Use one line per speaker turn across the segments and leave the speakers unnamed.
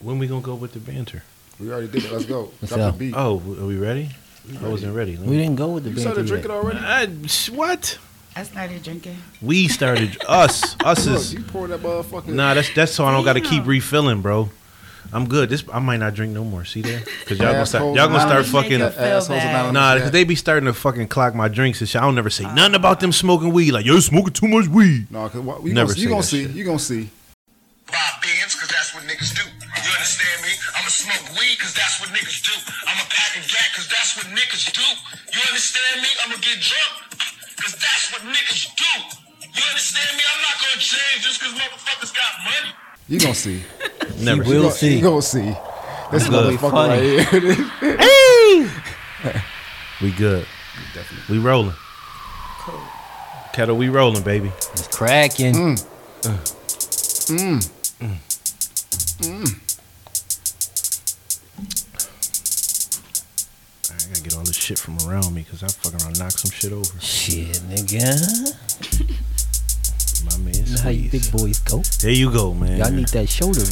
When we gonna go with the banter?
We already did it. Let's go.
Let's
Drop
go.
the beat.
Oh, w- are we ready? I wasn't ready. Let
We
me-
didn't go with the
you
banter
started drinking
yet.
already?
I, sh- what?
I started drinking.
We started us. Us
Look,
is
you poured that motherfucking.
nah. That's that's so I don't gotta keep
Damn.
refilling, bro. I'm good. This I might not drink no more. See there? Because y'all gonna start. Y'all
Assholes
gonna start
Anonymous.
fucking.
Feel
Assholes
bad.
Anonymous.
Nah,
Yeah.
because they be starting to fucking clock my drinks and shit. I don't never say nothing about them smoking weed. Like, you're smoking too much weed.
No, cause what, you
Never
gonna,
say
you gonna
that
see.
shit.
You gonna see.
buy beans because that's what niggas do. You understand me? I'ma smoke weed because that's what niggas do. I'ma pack a gat because that's what niggas do. You understand me? I'ma get drunk because that's what niggas do. You understand me? I'm not gonna change just because motherfuckers got money.
You gonna see.
Never.
will. You'll
you
see.
You gonna see. This
Good.
motherfucker right
Funny.
here.
We good. We rolling. Kettle, we rolling, baby.
It's cracking.
Mm.
I gotta get all this shit from around me because I fucking around knock some shit over.
Shit, nigga.
My man,
You know how you
squeeze.
big boys go?
There you go, man.
Y'all need that shoulder room.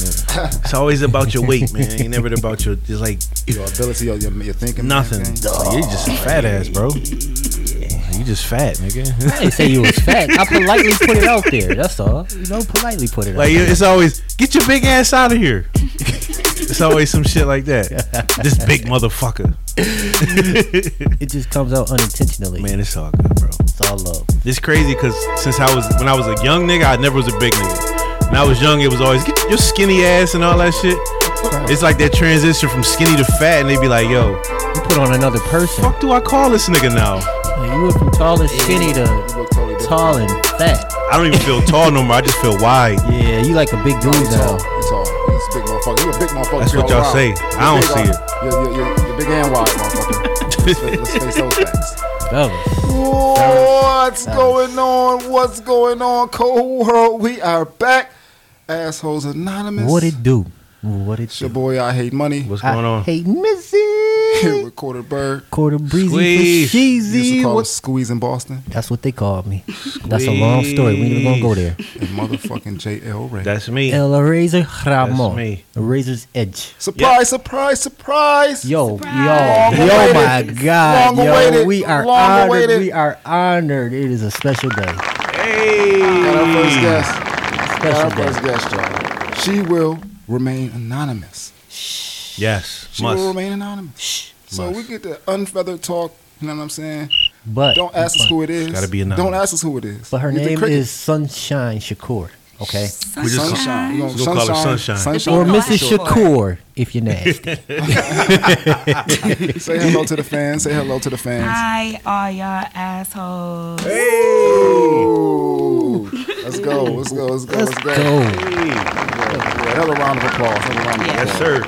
it's always about your weight, man. Ain't never about your. It's like
Your ability, your, your, your thinking.
nothing.
everything.
Like, you just a fat ass, bro. You just fat, nigga.
I didn't say you was fat. I politely put it out there. That's all. You know, politely put it
Like
out there.
it's always get your big ass out of here. it's always some shit like that. This big motherfucker.
It just comes out unintentionally.
Man, it's all good, bro.
It's all love.
It's crazy because since I was when I was a young nigga, I never was a big nigga. When I was young, it was always get your skinny ass and all that shit. It's like that transition from skinny to fat, and they be like, "Yo,
You put on another person.
fuck, do I call this nigga now?
Like, you went from tall and skinny
You
to
look totally different.
tall and fat.
I don't even feel tall no more. I just feel wide."
Yeah, you like a big dude
You tall.
now.
You tall. You a big motherfucker. You a big motherfucker.
That's
too,
what
all
y'all
around.
say.
You
I don't
big,
see
uh, You're, you're, you're, you're big and wide, motherfucker. let's, face, let's face those facts.
Fellas.
What's going on? What's going on, cold world? We are back. Assholes Anonymous.
What it do? What it
It's your
do?
boy, I Hate Money.
What's
I
going on?
hate missing.
with Quarter Bird.
Quarter breezy
Squeeze.
for
You used to
cheesy.
call it
What-
Squeeze in Boston.
That's what they called me. That's a long story. We ain't even gonna go there.
And motherfucking JL Ray.
That's me.
El Razor Ramon.
me.
The Razor's Edge.
surprise, surprise, surprise.
Yo,
Surprise.
yo, yo, my
Long-awaited.
God, yo,
Long-awaited.
we are
Long-awaited.
honored. We are honored. It is a special day.
Got our first
Hey,
guest.
Special
Got our first
day.
guest, y'all. She will remain anonymous.
yes,
She will
must.
remain anonymous. So
Must.
we get the unfeathered talk. You know what I'm saying?
But
Don't ask us who it is.
Gotta be
Don't
anonymous.
ask us who it is.
But her
Get the
name
cricket.
is Sunshine Shakur. Okay.
We just-
Sunshine. We
We'll call her Sunshine.
Sunshine.
Or
Go
Mrs.
ask for it.
Shakur, if you're nasty.
Say hello to the fans. Say hello to the
Ah.
fans.
Hi, all y'all assholes.
Ooh. Let's go. Let's go. Let's go.
Let's
Let's go.
go.
Yeah, Another round of applause. Another round of
Yeah.
applause.
Yes,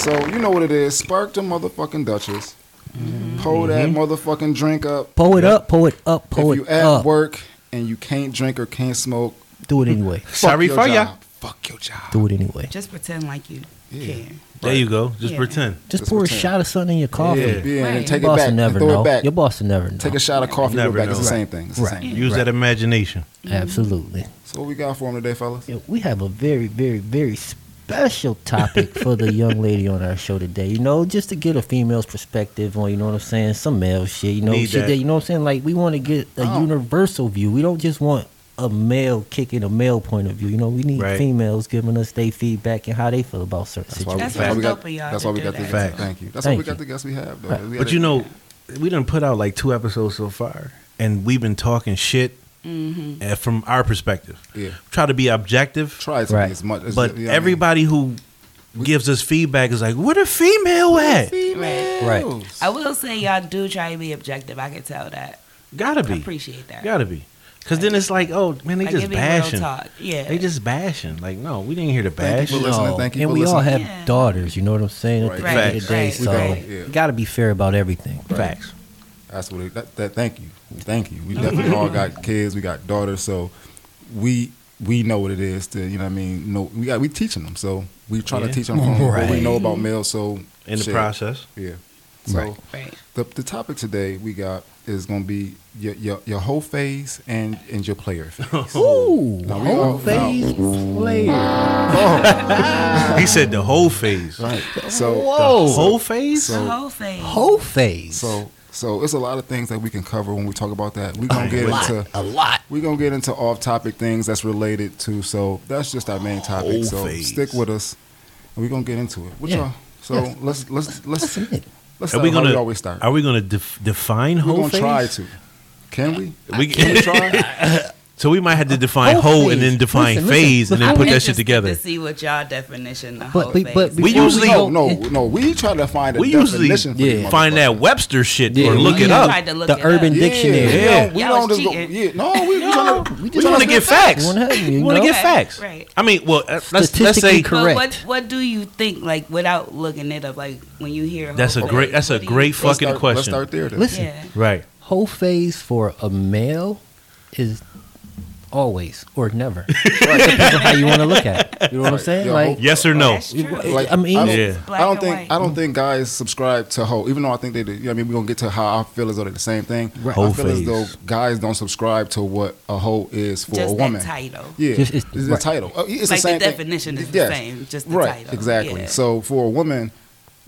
sir.
So you know what it is. Spark the motherfucking Duchess.
Mm-hmm.
Pull that motherfucking drink up.
Pull it up, pull it up, pull
if you
it
at
up.
work and you can't drink or can't smoke,
Do it anyway.
fuck
Sorry
your
for
job.
ya.
Fuck your job.
Do it anyway.
Just pretend like you
Yeah.
care.
There you go. Just
Yeah.
pretend.
Just
Just
pour a
pretend.
shot of something in your coffee.
Yeah,
Right.
yeah, and
Your
take it
Your boss
back.
will never
and throw
know.
it back.
Your boss will never know.
Take a shot of coffee. Throw it
Never
back. It's the
know.
same thing. It's the
Right.
same thing.
Use that imagination.
Absolutely.
So what we got for him today, fellas?
Yeah, we have a very, very, very special topic for the young lady on our show today. You know, just to get a female's perspective on, you know what I'm saying, some male shit. You know,
Need
shit
that.
that. you know what I'm saying. Like we want to get a
Oh.
universal view. We don't just want a male kicking a male point of view. You know, we need
Right.
females giving us their feedback and how they feel about certain
why we-
situations.
That's
why
what's
we got-
dope of y'all
That's
to
why we
do
got the
that.
guest.
Facts.
Thank you. That's why
Thank
we got
you.
the guest we have. Though. We
But
had
you
a-
know, we done put out like two episodes so far, and we've been talking shit uh, from our perspective.
Yeah.
Try to be objective,
try to
Right.
be as much. As,
but
you know what I mean?
everybody who gives us feedback is like, "Where the female at?"
Right.
Right.
I will say y'all do try to be objective. I can tell that.
Gotta
I
be,
appreciate that.
gotta be, because then it's like, "Oh man, they
like
just
it be real
bashing.
talk. Yeah.
They just bashing." Like, no, we didn't hear the
Thank
bash.
you for listening. Thank you
and
for
we all
listening.
have
Yeah.
daughters. You know what I'm saying. At the
Right.
end of the day,
Facts.
so
We
Right.
don't- yeah.
you got to be fair about everything.
Facts.
That's what it, that, that. Thank you, thank you. We definitely all got kids. We got daughters, so we we know what it is to you know. what I mean, no, we got we teaching them, so we trying
Yeah.
to teach them from what we
Right.
know about males. So
In the
shit,
process,
yeah, So
Right.
Right.
the the topic today we got is gonna be your your, your whole phase and and your player phase.
Ooh,
Now we all-
home phase player.
He said the whole phase.
right. So
Whoa.
Whole phase?
the whole thing.
Whole phase.
So so it's a lot of things that we can cover when we talk about that. We're gonna
Alright,
get
a
lot,
into
a lot.
we're gonna get into off topic things that's related to so that's just our main topic.
Whole
so
phase.
stick with us and we're gonna get into it. What
Yeah.
y'all so
Yes.
let's let's let's
That's it.
let's
Are
start
we
how
gonna?
we always start.
Are we gonna def- define
We're
whole
gonna
phase?
try to. Can we?
We-
can we try?
So we might have to define
Whole
whole and
phase.
then define
Listen, listen.
phase and then
I'm
put that
interested
shit together.
To see what y'all definition of
But-
whole
but-
phase.
but-
We
Before we
usually
No,
go-
no, no. We try to find a
we usually
definition for these
Yeah.
find that
motherfuckers.
Webster shit
Yeah,
or look
we
it
have
up.
Tried to look
the
it
Urban
up.
Dictionary.
Yeah,
Yeah.
We don't,
Y'all was
we don't just go,
cheating.
yeah, no, we, we trying to,
we
We
just
want to get facts.
We wanna have-
We
you
want to
know.
get
Right,
facts.
right.
I mean, well, uh, let's let's
Statistically
say
correct.
But what what do you think? Like without looking it up, like when you hear whole
that's a
phase,
great that's a
what do you-
great fucking
let's start, Let's
question.
start there. Then.
Listen,
Yeah.
Right.
whole phase for a male is always or never. Depends on how you want to look at it. You know what I'm saying?
Yeah,
like,
Yes or
Oh,
no?
That's true.
Like,
I mean,
I don't,
Yeah.
I don't
Black and
think
white.
I don't think guys subscribe to whole. Even though I think they do. You know, what I mean, we're gonna get to how I feel as though they're the same thing.
Right.
Hoe
I feel
phase.
as though guys don't subscribe to what a hoe is for
Just
a
that
woman.
title.
Yeah,
Just- it's-
it's, the
right.
title. Uh, It's
Like,
the
the
same thing.
definition is the
Yes.
same, just the
right,
title.
exactly.
Yeah.
So for a woman,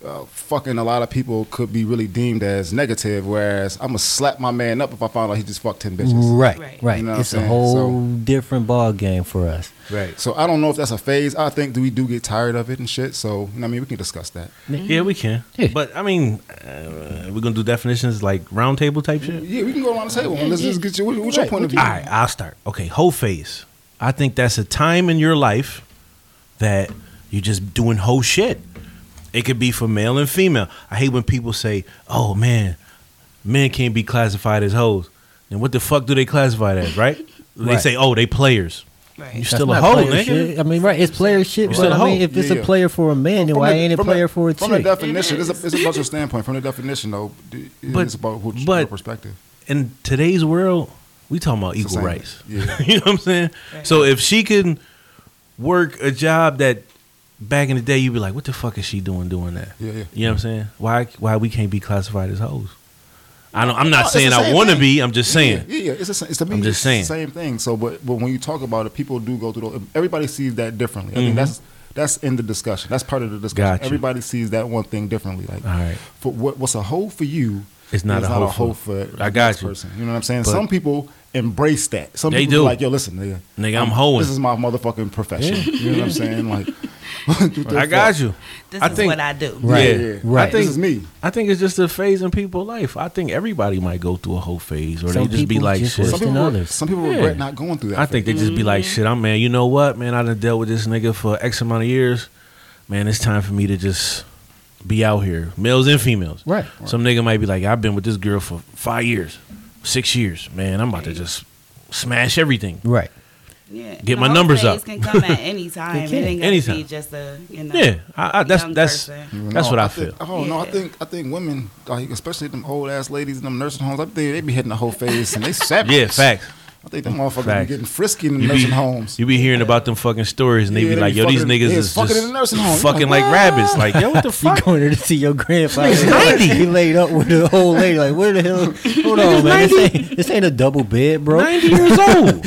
uh, fucking a lot of people could be really deemed as negative. Whereas I'm gonna slap my man up if I find out he just fucked ten bitches.
right,
Right.
right.
You know what
it's
I'm
a
saying?
whole different ball game for us.
Right.
So I don't know if that's a phase. I think do we do get tired of it and shit. So you know, what I mean, we can discuss that.
Yeah, we can.
Yeah.
But I mean, uh, we're gonna do definitions like round table type shit.
Yeah, we can go around the table and let's just get your. What, what's your
Right,
point of view?
All right, I'll start. Okay, whole phase. I think that's a time in your life that you're just doing whole shit. It could be for male and female. I hate when people say, "Oh man, men can't be classified as hoes." And what the fuck do they classify it as, right? They
Right.
say, "Oh, they players." You
Right.
still a
not
hoe,
player
nigga.
shit. I mean, right? It's player shit.
It's
But
a
I mean,
hoe.
if it's
Yeah.
a player for a man, then why
the-
ain't it a
from
player
the,
for a
From the
chick?
definition, it's a, it's a bunch of standpoint. From the definition, though, d-
But-
it's about who,
but-
your perspective.
in today's world, we talking about
the
equal
same.
rights.
Yeah.
you know what I'm saying?
Right.
So if she can work a job that back in the day you'd be like, what the fuck is she doing doing that?
Yeah, yeah.
You know what I'm saying? Why why we can't be classified as hoes? I don't I'm not
No, it's
saying
the
I
same
want to
thing.
be. I'm just saying.
Yeah, yeah, yeah. It's, a, it's to me,
I'm just
it's
saying.
the same thing. So, but, but when you talk about it, people do go through. Those, everybody sees that differently. I
Mm-hmm.
mean, that's that's in the discussion. That's part of the discussion.
Got you.
Everybody sees that one thing differently. Like,
All right.
for what, what's a hoe for you?
It's not
is
a hoe
for,
for-
the
I got
next
you.
Person. You know what I'm saying?
But-
Some people embrace that. Some
They
people
do.
Be like, yo, listen, nigga,
Nigga, I'm hoeing.
This is my motherfucking profession. You know what I'm saying? Like,
I got you.
This
I
is
think-
what I do.
Right,
Yeah, yeah.
right.
I think
This is me.
I think it's just a phase in people's life. I think everybody might go through a whole phase, or
Some
they just be
people
like,
just
shit.
worse
Some people,
than
re-
others.
some people
Yeah.
regret not going through that.
I think they
phase.
just be like,
Mm-hmm.
shit, I'm man, you know what, man, I done dealt with this nigga for X amount of years. Man, it's time for me to just be out here, males and females.
Right.
Some nigga might be like, I've been with this girl for five years, six years. Man, I'm about to just smash everything.
right.
Yeah.
Get
And
my
whole
numbers
phase
up.
Can come at any time. it
can.
ain't gonna
Anytime.
be just a you know.
Yeah, I, I, that's
young
that's Mm-hmm.
person.
that's
No,
what I,
think-
feel.
I don't know. I
Yeah.
think I think women, like, especially them old ass ladies in them nursing homes, I think they be hitting the whole face and they savage.
yeah, facts.
I think them motherfuckers
Facts.
be getting frisky in the
You be,
nursing homes.
you be hearing about them fucking stories, and they
Yeah,
be
they
like,
be
"Yo, these
fucking-
niggas
yeah,
is
fucking
just
in the nursing home. You
fucking
like,
like rabbits." Like, yo, what the
You
fuck?
going there to see your grandfather? He laid up with the old lady. Like, where the hell? Hold on, man. This ain't, this ain't a double bed, bro.
90 years old.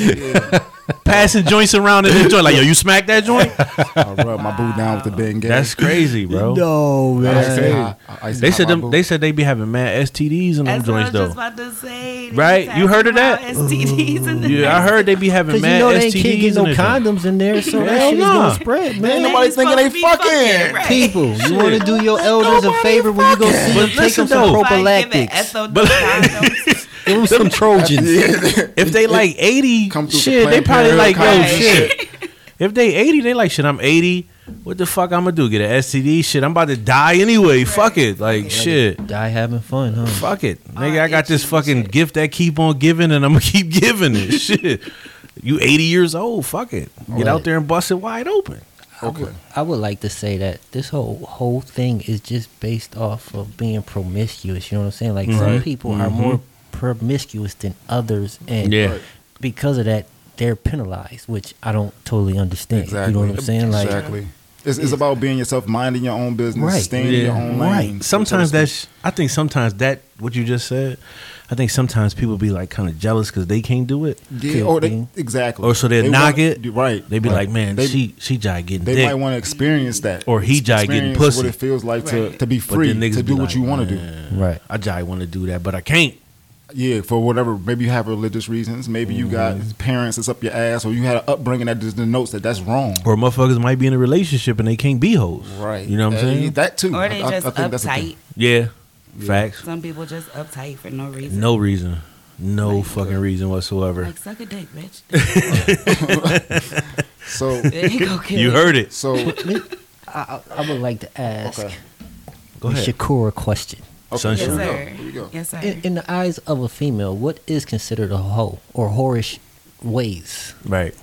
Passing joints around in the joint. Like, yo, you smack that joint?
I rub my boo down with the bangay.
That's crazy, bro.
No,
I ice
man.
and high- I ice and
They
high
said
my
them,
boo.
they said they be having mad STDs in them
That's what I
joints
was just
though.
about to say. They
Right?
just
You heard of
have
that?
STDs in the
Yeah, I
nurse-
heard they be having
Because
mad
you know they
STDs
can't get
in
no
their joint.
condo's in there, so that
Hell
shit is
nah.
gonna spread, man.
And
nobody
they
thinking they
supposed to be
fucking.
right?
People, you want to do your elders a favor when you go see
But
them. Take
listen
them some
though.
Somebody give it
prophylactics.
SOD
But-
condoms.
Give them some Trojans.
If they like eighty,
Come through
shit,
the
they
Planned
probably like
Parenthood
yo
conference and
shit. If they eighty, they like shit. I'm eighty. What the fuck I'm gonna do? Get an STD? Shit, I'm about to die anyway. Fuck it, like shit.
Die having fun, huh?
Fuck it,
All
nigga. I got this
itchy and
fucking
shit.
gift that keep on giving, and I'm gonna keep giving it. shit, you eighty years old? Fuck it, get out
Right.
there and bust it wide open.
okay.
I would like to say that this whole whole thing is just based off of being promiscuous. You know what I'm saying? Like some
Right.
people are
Mm-hmm.
more promiscuous than others, and
Yeah. Right.
because of that, they're penalized, which I don't totally understand. You know what I'm saying? Like
exactly. It's, it's about being yourself, minding your own business,
Right.
staying in your own lane. so to
Sometimes
speak.
that's. I think sometimes that what you just said. I think sometimes people be like kind of jealous because they can't do it,
yeah, or they exactly,
or so they,
They
knock
wanna-
it.
right.
They be
right.
like, man,
They-
she she jive getting
They
dick.
might want to experience that,
Or he jive getting
Experience
pussy.
What it feels like to,
Right.
to be
But
free,
then niggas
to do
be
what
like,
you want to do.
"Man,
Right.
I jive want to do that, but I can't.
Yeah, for whatever. Maybe you have religious reasons. Maybe you got parents that's up your ass, or you had an upbringing that just denotes that that's wrong.
Or motherfuckers might be in a relationship and they can't be hoes. You know what I'm
That-
saying?
That too.
Or they
I- I-
just
I think that's the thing.
uptight.
yeah. Facts.
Some people just uptight for no reason.
No reason. No fucking reason whatsoever.
Like suck a dick, bitch.
So,
It ain't gonna kill
You heard it.
so
I, I would like to ask
Okay.
Go ahead.
Shakur a question.
okay,
Sunshine.
Yes,
here we go.
sir.
Here we go.
Yes, sir.
In, in the eyes of a female, what is considered a hoe or whorish ways?
Right.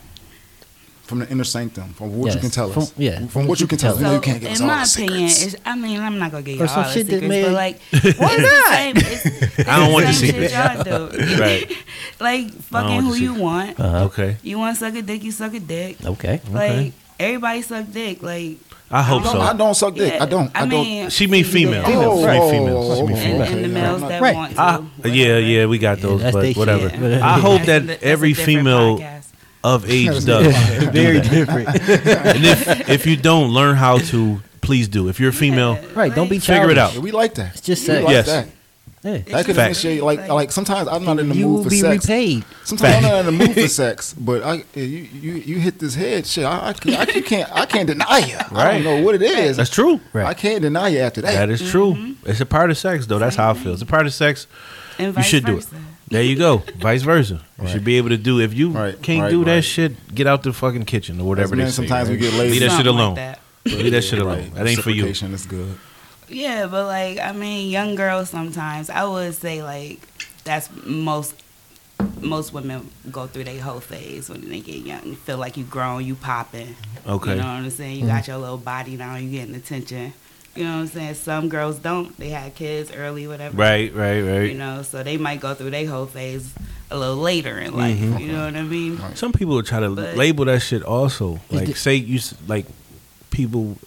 From the inner sanctum, from what
Yes,
you can tell
from-
us.
yeah,
From, what you can tell us.
so,
No, you can't give us
in
all
my
the
opinion,
secrets.
it's, I mean, I'm not gonna get
Or
y'all
some
all the
shit that
secrets,
made-
but like, why not? It's, it's
I don't
the
want your
same shit
secrets.
Y'all do.
Right.
like fucking
want
who
your
you
secrets.
want.
Uh-huh.
Okay.
You want to suck a dick, you suck a dick.
Okay.
Okay.
Like everybody suck dick. Like
I hope
I don't- I
so.
don't suck dick.
yeah,
I don't. I, don't.
mean,
She mean female.
female.
She mean female. She mean
Oh,
And,
female.
okay.
and the males that
Right.
want to.
I, uh, yeah,
whatever.
yeah, we got those,
that's they
but
shit.
whatever.
Yeah.
I hope
That's
that
a- that's a
every
different
female
podcast.
of age does.
Very different.
and if, if you don't learn how to, please do. If you're a female,
Yeah.
Right. Don't be
Figure it
childish.
out.
Yeah, we like that.
It's just
we
sex.
like
Yes.
that.
Yeah.
That could
Facts.
initiate like like sometimes I'm not in the
You
mood
will
for
be
sex.
repaid.
Sometimes I'm not in the mood for sex, but I you you, you hit this head shit. I, I, can, I can- can't I can't deny you. I
Right.
don't know what it is.
that's true.
I can't deny you after that.
That is true. It's a part of sex, though. That's how I feel. It's a part of sex.
And
You
vice
should do it.
versa.
There you go. Vice versa. You should be able to do. If you
Right,
can't
right,
do that
right.
shit, get out the fucking kitchen or whatever.
As men,
they say,
sometimes
right?
we get lazy.
Leave that shit
Something like
alone.
that.
Leave that shit alone.
Right.
That ain't for you.
Reciprocation is good.
Yeah, but like I mean, young girls sometimes I would say like that's most most women go through their whole phase when they get young. You feel like you grown, you popping.
Okay. Mm-hmm.
You know what I'm saying? You got your little body now, you getting attention. You know what I'm saying? Some girls don't. They had kids early, whatever.
Right, right, right.
You know, so they might go through their whole phase a little later in life.
Mm-hmm.
You know what I mean?
Some people will try to
But-
label that shit also. Like,
the-
say you s- like people,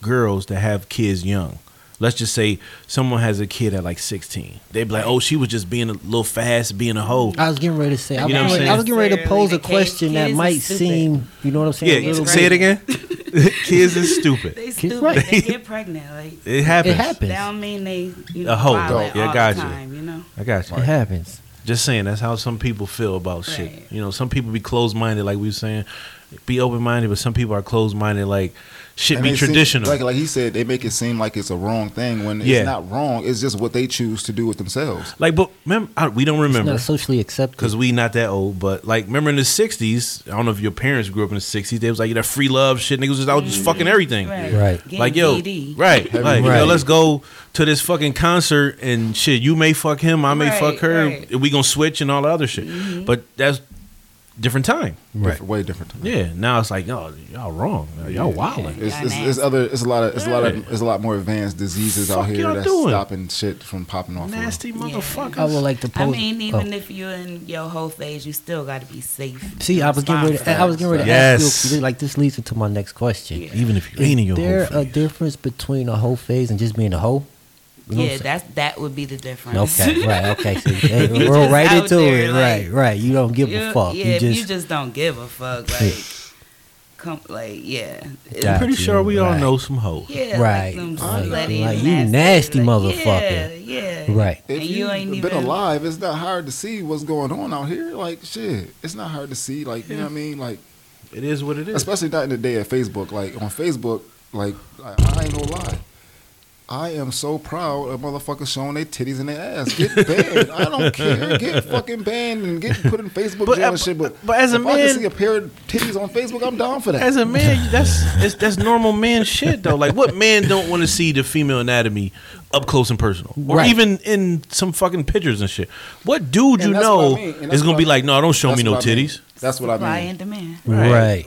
girls that have kids young. Let's just say someone has a kid at like 16. They be like, oh, she was just being a little fast, being a hoe.
I was getting ready to say. I,
You know what I'm
was,
saying?
I was getting ready to pose a
Necessarily the
question that
kids
might
is stupid.
seem. You know what I'm saying? a
yeah,
little
say it
bit-
again. kids is stupid.
They stupid.
right.
They get pregnant. Like
It happens.
It
that
happens.
don't mean they you know,
A hoe,
violent
though. Yeah,
all
gotcha.
the time, you know.
I got you.
It happens.
Just saying, that's how some people feel about
Right.
shit. You know, some people be closed minded, like we were saying, be open minded, but some people are closed minded, like shit
And
be
they seem-
traditional.
like like he said, they make it seem like it's a wrong thing when
Yeah.
it's not wrong. It's just what they choose to do with themselves.
Like, but remember, I, we don't
It's
remember
not socially accepted.
because we not that old. But like, remember in the '60s, I don't know if your parents grew up in the '60s. They was like that free love shit. Niggas was out just fucking everything.
Right.
Mm-hmm. Getting
Like yo,
DD.
right?
Heavy
Like yo,
right.
let's go to this fucking concert and shit. You may fuck him, I may
Right,
fuck her.
right. Mm-hmm.
We gonna switch and all the other shit. But that's different time.
Different, way different.
Yeah. Now it's like y'all, y'all wrong. Y'all wilding.
It's,
Yeah,
it's,
man.
it's other. It's a lot of. It's a lot
Yeah.
of. It's a lot more advanced diseases
Fuck
out here
y'all
that's
doing?
stopping shit from popping off.
Nasty motherfuckers.
I would like to
I
pose.
mean,
oh.
even if you're in your whole phase, you still got to be safe.
See, I was getting ready.
Responsible.
I was getting ready to
Yes.
ask you. Like this leads into my next question.
Even if you ain't in your
there
whole
a
phase.
difference between a whole phase and just being a hoe? You know
Yeah,
what I'm
that's that would be the difference.
saying? Okay, right, okay. So hey,
You
roll
just
right
out
into
there,
it,
like-
right, right. You don't give a
You-
fuck.
Yeah,
you
if
just,
you just don't give a fuck,
Yeah.
like, come, like, yeah, It-
Got
Pretty
you,
sure we all
right.
know some hoes.
yeah,
Right.
Like, them
Like,
slutty,
like, you nasty motherfucker.
Yeah, yeah,
Right.
And you, ain't
been
even
alive, it's not hard to see what's going on out here. Like shit, it's not hard to see. Like you know what I mean. Like
It is what it is.
especially not in the day of Facebook. Like on Facebook, like I, I ain't gonna lie. I am so proud of motherfuckers showing their titties and their ass. Get banned. I don't care. Get fucking banned and get put in Facebook
But-
jail and
but-
shit. But,
but as a
if I
man-
can see a pair of titties on Facebook, I'm down for that.
As a man, that's it's, that's normal man shit though. Like, what man don't want to see the female anatomy up close and personal, or
Right.
even in some fucking pictures and shit? What dude
And
you
that's
know
what I mean, and that's
is gonna
what
be
I
like, no, don't show
That's
me no
what I mean.
titties?
That's what
supply
I mean.
and demand.
right,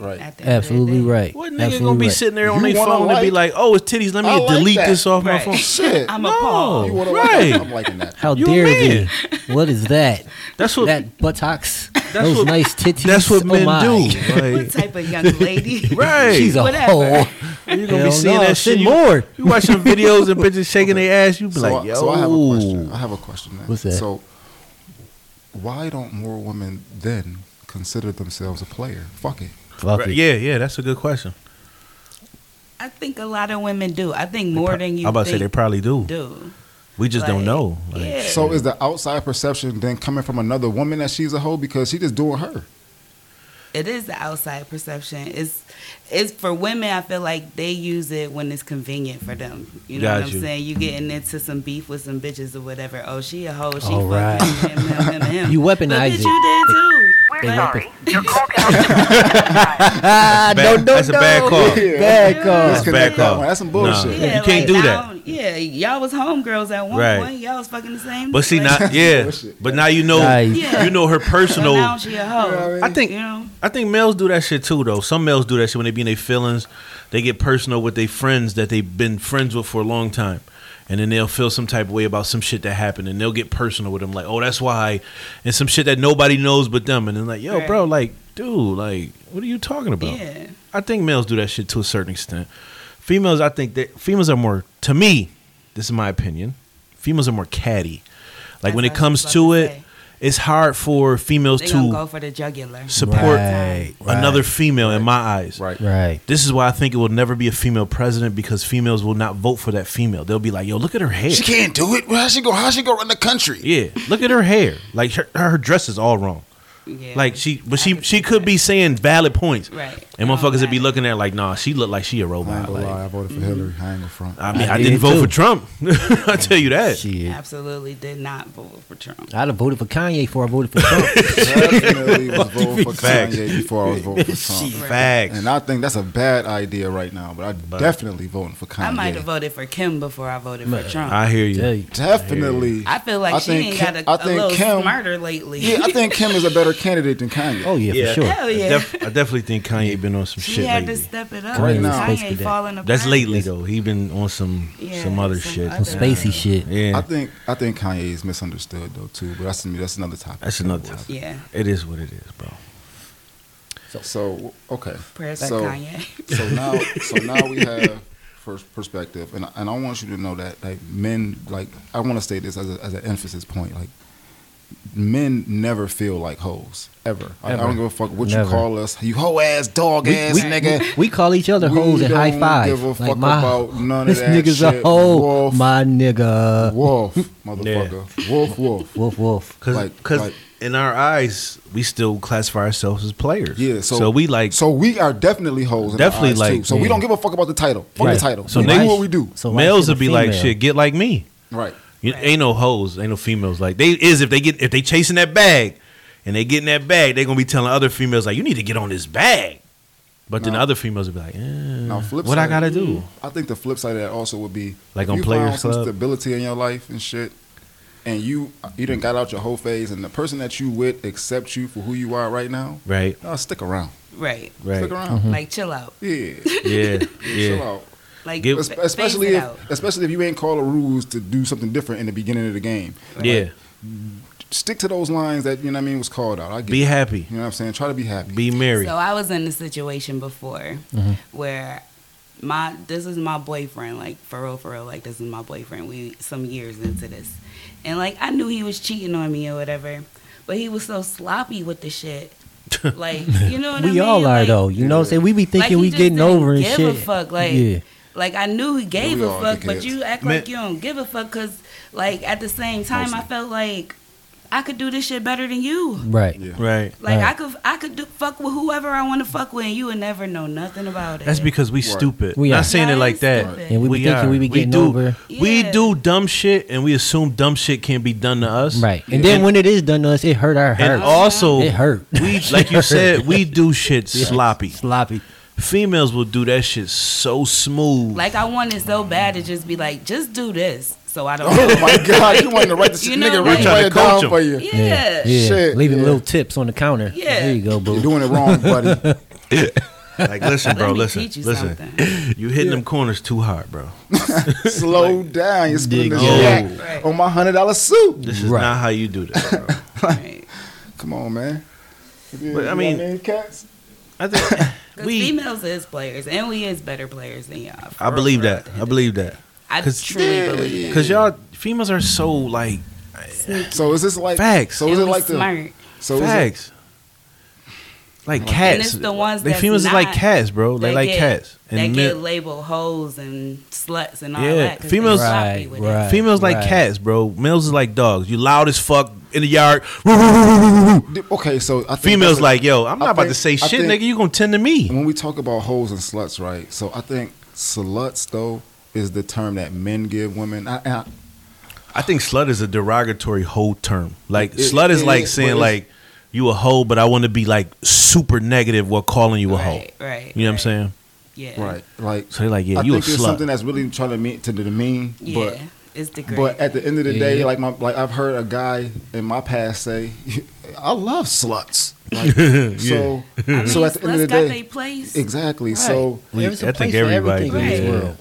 Right.
At the end of the
absolutely
day.
right.
What nigga
absolutely
gonna be
right.
sitting there on
You
their
wanna
phone and be like,
like-
oh, it's titties? Let me
I like
delete
that.
this off my
Right.
phone.
Shit.
I'm
No.
appalled.
You wanna watch
Right.
it? I'm liking that.
How
You a
dare
man.
thee? What is that?
That's what
that buttocks. those
what-
nice titties.
that's what
oh
men
my.
do. Like,
What type of young lady?
right?
She's a
Whatever.
hoe.
You gonna be
Hell
seeing
no,
that
sit
shit You-
more.
You, watching videos and bitches shaking their ass. You be
So,
like,
I-
yo.
so I have a question. I have a question. Then.
What's that?
So why don't more women then consider themselves a player? Fuck it.
Fuck
Right,
it.
yeah, yeah, that's a good question.
I think a lot of women do. I think more than you.
I'm about to say they
think
probably do.
do.
We just don't
Like,
know. Like,
yeah.
So is the outside perception then coming from another woman that she's a hoe because she just doing her?
It is the outside perception. It's it's for women. I feel like they use it when it's convenient for them. You know
Got
what I'm
you.
saying? You getting into some beef with some bitches or whatever. Oh, she a hoe. She
All
fucking
right.
him, him, him, him.
You
Look
weaponize
at
it.
You did too.
We're
They have
sorry. Your call cannot
Ah,
Bad-
don't, don't,
that's a bad
don't.
call.
Yeah.
Bad call.
That's
Back
that
up.
one. That's some
Nah.
bullshit.
You can't do that.
now- Yeah, y'all was homegirls at one
Right.
point. Y'all was fucking the same.
But see,
like,
not yeah.
Bullshit.
But now you know,
Nice.
Yeah.
you know her
so
personal.
now she a hoe.
Yeah, I mean-
I think
you know.
I think males do that shit too, though. Some males do that shit when they be in their feelings. They get personal with their friends that they've been friends with for a long time. And then they'll feel some type of way about some shit that happened and they'll get personal with them. Like, oh, that's why. And some shit that nobody knows but them. And then, like, yo,
Right.
bro, like, dude, like, what are you talking about?
Yeah.
I think males do that shit to a certain extent. Females, I think that females are more, to me, this is my opinion, females are more catty. Like, when it
That's what I
comes
was about
to
to
it,
say.
it's hard for females
They
to
gonna go for the jugular.
support
Right, right.
another female in my eyes.
Right.
Right.
This is why I think it will never be a female president because females will not vote for that female. They'll be like, "Yo, look at her hair."
She can't do it. How she go? How she go run the country?
Yeah, look at her hair. Like her, her dress is all wrong.
Yeah.
Like she, but
I
she
can see
she could
that.
be saying valid points.
Right.
And
Oh,
motherfuckers would be
right.
looking at her like, "Nah, she look like she a
I ain't
robot."
gonna
Like,
lie. I voted for Hillary. I ain't gonna front.
I mean,
I
I, didn't
did
vote
too.
for Trump. I tell you that.
Shit.
absolutely did not vote for Trump.
I'd have voted for Kanye before I voted for Trump.
definitely was voting for
Facts.
Kanye before I was voting for Trump.
Facts.
And I think that's a bad idea right now, but I'm definitely voting for Kanye.
I might have voted for Kim before I voted for Trump. I,
I hear you.
Tell you.
Definitely.
feel like
I
she
think
ain't
Kim-
got a,
I
a
think
little
Kim-
smarter lately.
Yeah, I think Kim is a better candidate than Kanye.
Oh, yeah, for sure.
Hell yeah.
I, def- I definitely think Kanye been on some
she
shit
had
lately.
to step it up.
Right
Kanye
now.
Supposed to be that.
falling apart.
That's lately though. He been on some
Yeah,
some other
some
shit.
other-
Some spacey shit.
Yeah,
I think I think Kanye is misunderstood though too, but that's that's another topic.
that's another topic.
Yeah,
It is what it is, bro.
So okay,
prayers
So-
for Kanye.
so now so now we have first perspective, and and I want you to know that like men like I want to say this as a, as an emphasis point like. Men never feel like hoes ever. I, I
Ever.
don't give a fuck what
Never.
you call us. You hoe ass, dog ass, nigga.
we call each other
We
hoes and
don't
high five.
give a
Like,
fuck
my-
about none of
this
that
nigga's a
shit,
hoe,
wolf.
my nigga.
wolf, motherfucker. Wolf, wolf.
Wolf, wolf.
Cause,
Like-
'cause
like-
in our eyes, we still classify ourselves as players.
Yeah, so,
we like
so we are definitely hoes. In
Definitely
definitely eyes
like-
too. so
yeah.
we don't give a fuck about the title. Fuck
Right.
the title.
So
So we
niggas-
do what we do.
So why
males
should a
would be like,
female?
shit, get like me.
Right.
You,
Right.
Ain't no hoes, ain't no females. Like they is if they get if they chasing that bag, and they get in that bag, they gonna be telling other females like, you need to get on this bag. But then
No.
other females would be like, eh,
Now flip
what I
side-
gotta do?
I think the flip side of that also would be
Like
if
on
you
Players
found some
Club?
stability in your life and shit, and you you didn't got out your whole phase, and the person that you with accepts you for who you are right now.
Right,
Nah, stick around.
Right,
right,
Stick around.
like chill out.
Yeah.
yeah,
Chill
yeah.
out.
Like
Give-
fa- phase
especially
it
if
out.
especially if you ain't call the rules to do something different in the beginning of the game.
Yeah,
Stick to those lines that you know what I mean was called out. I get
be
it.
happy,
you know what I'm saying? Try to be happy.
be merry.
So I was in a situation before
Mm-hmm.
where my this is my boyfriend, like for real, for real, like this is my boyfriend. We some years into this, and like I knew he was cheating on me or whatever, but he was so sloppy with the shit. Like you know what I
We
mean?
all are
Like-
though. You know what I'm saying? We be thinking
he
we
just
getting
didn't
over and
give
shit.
a fuck, like-
yeah.
Like I knew he gave
we
a
all
fuck, but
dickheads.
you act
Man-
like you don't give a fuck because, like, at the same time, I
Mostly.
felt like I could do this shit better than you.
Right.
Yeah.
Right.
Like
Right.
I could, I could do, fuck with whoever I want to fuck with, and you would never know nothing about it.
That's because we
Right.
stupid.
We
Not
are.
saying it
Y'all
like that.
stupid.
And we be thinking
are.
we be getting
do,
over.
We
Yeah.
do dumb shit and we assume dumb shit can't be done to us.
Right. And then when it is done to us, it hurt our
and
hurt.
also
it hurt.
we like you said, we do shit sloppy.
Sloppy.
Females will do that shit so smooth.
Like I wanted so bad to just be like, just do this, so I don't.
Oh my God! You wanted to write this
You know,
nigga
like-
right
Trying to
it
coach
down
him.
for you.
yeah.
Yeah.
Shit,
Leaving
yeah.
little tips on the counter.
Yeah.
There you go, boo.
You're doing it wrong, buddy.
Like, listen,
Let
bro,
me
listen,
teach you
listen.
something.
You hitting them corners too hard, bro.
Slow down. You're spending this
Dig
yak
in.
Right.
on my hundred dollar suit.
This is
Right.
not how you do this. Bro.
Right.
Come on, man.
But, I mean-
cats.
I think
Because
we.
females is players, and we is better players than y'all. for
I believe
real,
that.
for real.
I believe that.
I
'Cause-
truly believe that.
Cause y'all females are so like
So is this like
Facts.
So is
And
it
we
like the
smart.
so is it,
facts. Like cats.
it's the ones
they
that's
females is like
not-
cats, bro. They
They
like
get-
cats.
they
And
get
men-
labeled hoes and sluts and all
Yeah,
that. 'cause they
females-
sloppy
Right,
with
right.
it.
females like
right.
cats, bro. Males is like dogs. You loud as fuck in the yard.
okay? So I think
Females
that's a-
like, yo, I'm
I
not about to
think-
say
I
shit,
think-
nigga. You gonna tend to me.
when we talk about hoes and sluts, right? So I think sluts though is the term that men give women. I, I,
I think slut is a derogatory hoe term. Like
It-
slut is
it
like
is,
saying
but it's-
like you a hoe, but I want to be like super negative while calling you a hoe.
Right, right.
You know what I'm
right.
saying?
Yeah.
right, like
So they like, yeah,
I
you a
think it's
slut.
something that's really trying to mean to demean,
Yeah.
but
it's the great.
But at the end of the day,
Yeah.
like my like I've heard a guy in my past say, "I love sluts." Like, so
I mean,
so at the end of the
sluts got
day,
they place.
exactly.
Right.
So
We-
There's a
I think
place for
everybody
everything in this
does.
world.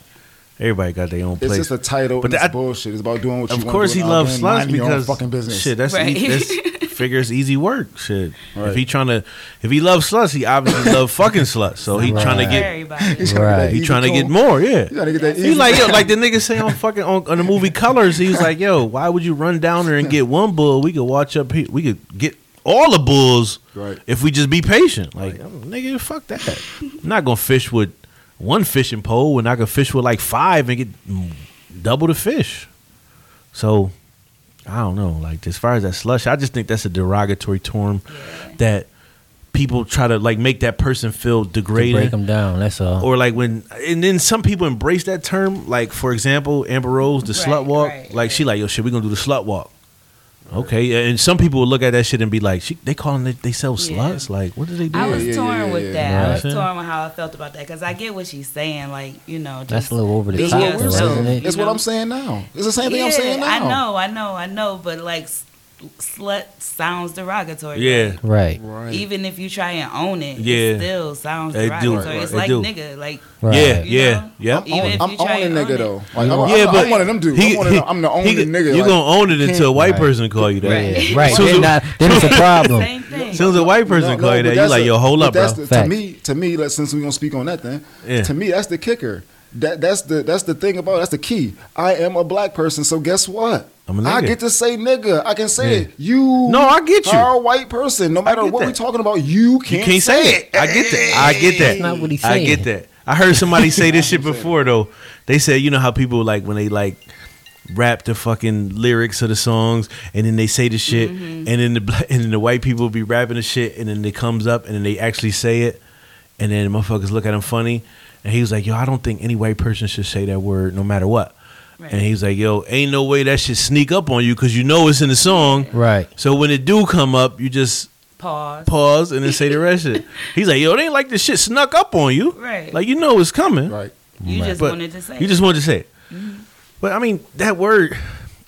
Everybody got their own
it's
place.
just a title,
But
but and
that-
it's bullshit. It's about doing what you
of
want.
course,
to
he
do
loves sluts
your own
because
fucking business.
shit. That's,
Right.
e- that's figures easy work. Shit. If
Right.
he trying to, if he loves sluts, he obviously love fucking sluts. So he trying to get,
everybody.
Right.
he trying to get more. Yeah.
You gotta get that easy.
He like yo, like the nigga say on fucking on, on the movie Colors. He was like, yo, why would you run down there and get one bull? We could watch up. here. We could get all the bulls
Right.
if we just be patient. Like I'm- nigga, fuck that. I'm not gonna fish with one fishing pole when I can fish with like five and get mm, double the fish. So I don't know. Like as far as that slush, I just think that's a derogatory term that people try to like make that person feel
To
degraded
break them down. That's all.
or like when and then some people embrace that term like for example amber rose the
Right,
slut walk
right,
like she like yo shit we gonna do the slut walk okay and some people will look at that shit and be like she, they calling it they sell
Yeah.
sluts like what do they do
I was
yeah, yeah,
torn
yeah,
with
yeah.
that.
Right.
I was torn with how I felt about that because I get what she's saying. Like you know, just
That's a little over the
be
That's
top,
what we're
though,
yourself,
isn't
saying.
it?
you
That's what
know?
I'm saying now. It's the same thing
yeah,
I'm saying now.
I know, I know, I know, but like s- slut sounds derogatory.
yeah
Right.
Right.
Even if you try and own it,
Yeah.
it still sounds
They do.
derogatory.
Right,
It's
they
like
do.
nigga, like
Right.
yeah
You
yeah
know?
yeah
I'm,
Even
own,
if
I'm
you try
owning
and own
nigga
it.
though. Like, I'm,
yeah,
I'm,
but
I'm one of them dudes.
he-
I'm, one of
he-
them, I'm the
he-
only nigga.
You
like,
gonna own it until a white
Right.
person call you that.
Right.
Yeah. Right.
Soon as
Then,
a-
not, then it's a problem.
same thing.
As soon as a white person
No, no,
call you
but
that, you
that's
like
a-
yo, hold
but
up, bro.
that's the-
Fact.
to me, to me, let since we gonna speak on that then,
Yeah.
to me that's the kicker. That that's the that's the thing about that's the key. I am a black person, so guess what?
I'm a nigga.
I get to say nigga. I can say
Yeah.
it. You
No, I get you.
are a white person. No matter
get
what
that.
we're talking about, you
You
can't,
can't say it. I get that. I get that.
That's not what he
I
said.
get that. I heard somebody say this shit before though. They said, you know how people like when they like rap the fucking lyrics of the songs and then they say the shit and
Mm-hmm.
then the bla- and then the white people be rapping the shit and then it comes up and then they actually say it and then motherfuckers look at him funny and he was like, yo, I don't think any white person should say that word no matter what.
Right.
And he was like, "Yo, ain't no way that should sneak up on you because you know it's in the song.
Right.
So when it do come up, you just
Pause.
pause and then say the rest of it. He's like, yo, it ain't like this shit snuck up on you.
Right.
Like you know it's coming.
Right.
You just
But
wanted to say.
You
it. Mm-hmm.
just wanted to say it. But I mean, that word,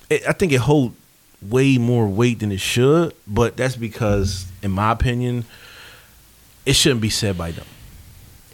it, I think it hold way more weight than it should. But that's because, in my opinion, it shouldn't be said by them.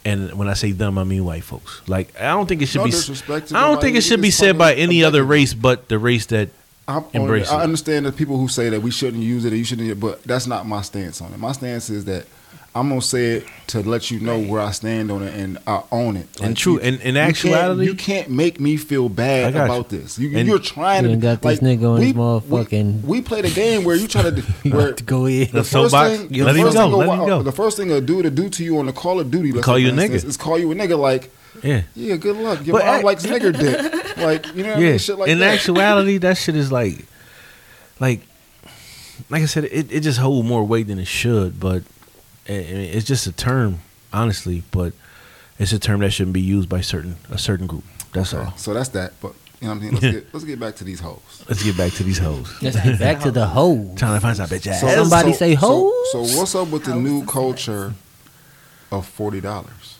And when I say them, I mean white folks. Like I don't think it should
No
be.
disrespect to
I don't
nobody.
think it should be
It's
said by
fucking
any other
objective.
race but the race that.
I'm on
Embrace
it. I
it.
understand the people who say that we shouldn't use it or you shouldn't, but that's not my stance on it. My stance is that I'm gonna say it to let you know where I stand on it and I own it.
And true, and- in
you can't-
actuality-
you can't, make me feel
I
bad
got you.
about this. You,
And-
you're trying
You
to
done got this nigga on his motherfucking-
We, we played a game where you try to d-
About
where
to go in.
The soapbox. Let him
first
go,
thing a
let him
wa-
go.
The first thing a dude to do to you on the Call of Duty, let's
Call
say,
you
for
a nigga.
instance, is call you a nigga. Like,
Yeah.
yeah, good luck. Your
But
mom
I-
likes nigger dick. Like, you know, what I mean? shit like
in
that.
actuality, that shit is like, like, like I said, it, it just hold more weight than it should. But eh, I I mean, it's just a term, honestly. But it's a term that shouldn't be used by certain a certain group. That's all.
So that's that. But you know what I mean? Let's get let's get back to these hoes.
Let's get back to these hoes.
Let's get back to the hoe.
Trying to find some bitch ass.
So- Somebody say hoes?
So, so what's up with the
Hoes
new
is
culture of forty dollars?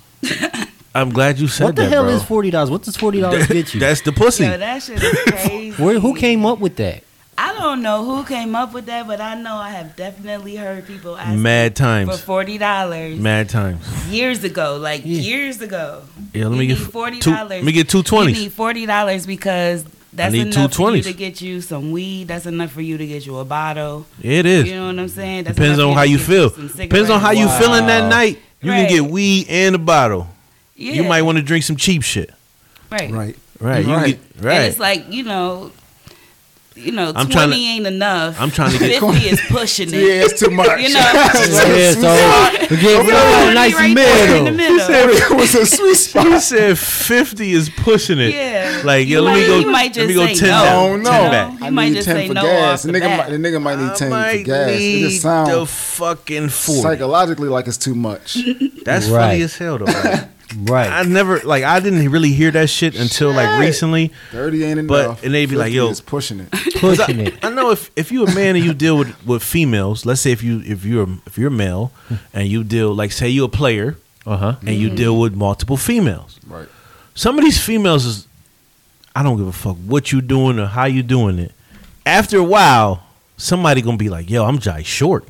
I'm glad you said
What the
that,
hell
bro.
is forty dollars? What does forty dollars get you?
That's the pussy.
Yo, that shit is crazy.
Where, who came up with that?
I don't know who came up with that, but I know I have definitely heard people ask
Mad
for
times.
forty dollars
Mad times.
years ago, like
Yeah.
years ago.
Yeah, let
You
me get
need
forty
$40.
dollars. Let me get two
You
twenties.
need forty dollars because that's
need
enough for you
220s.
to get you some weed. That's enough for you to get you a bottle.
It is.
You know what I'm saying? That's
Depends
enough
on
for
how
to
you
get
feel.
some
Depends on how
cigarettes.
you feeling that night. You can
Right.
get weed and a bottle.
Yeah.
You might want to drink some cheap shit.
right.
Right.
Right. You can
Right.
get- right.
And it's like you know, you know,
I'm trying
twenty
to-
ain't enough.
I'm trying to get-
fifty is pushing it.
Yeah, it's too much.
You know,
Yeah, so we get
wanna
a
be
nice
right there in the
middle.
middle.
it was a sweet spot.
he said fifty is pushing it.
Yeah.
Like yo,
You
let me
might-
go.
you might
let me go
just say
ten
no.
Oh
down.
no!
Ten
No.
back.
You might just say no off
The
the
nigga,
bat.
might, the nigga might need ten
I
for
might
gas. It
need
just sound
the fucking forty.
psychologically like it's too much.
That's
Right.
funny as hell though. Like, I
Right.
never like I didn't really hear that shit until like recently.
Thirty ain't
But-
enough.
and they be like,
50
yo.
is pushing it.
Pushing it.
I know if if you're a man and you deal with with females, let's say if you if you're if you're male and you deal like say you're a player
Uh huh.
and you deal with multiple females.
Right.
Some of these females is I don't give a fuck what you doing or how you doing it. After a while, somebody gonna be like, "Yo, I'm Jai Short.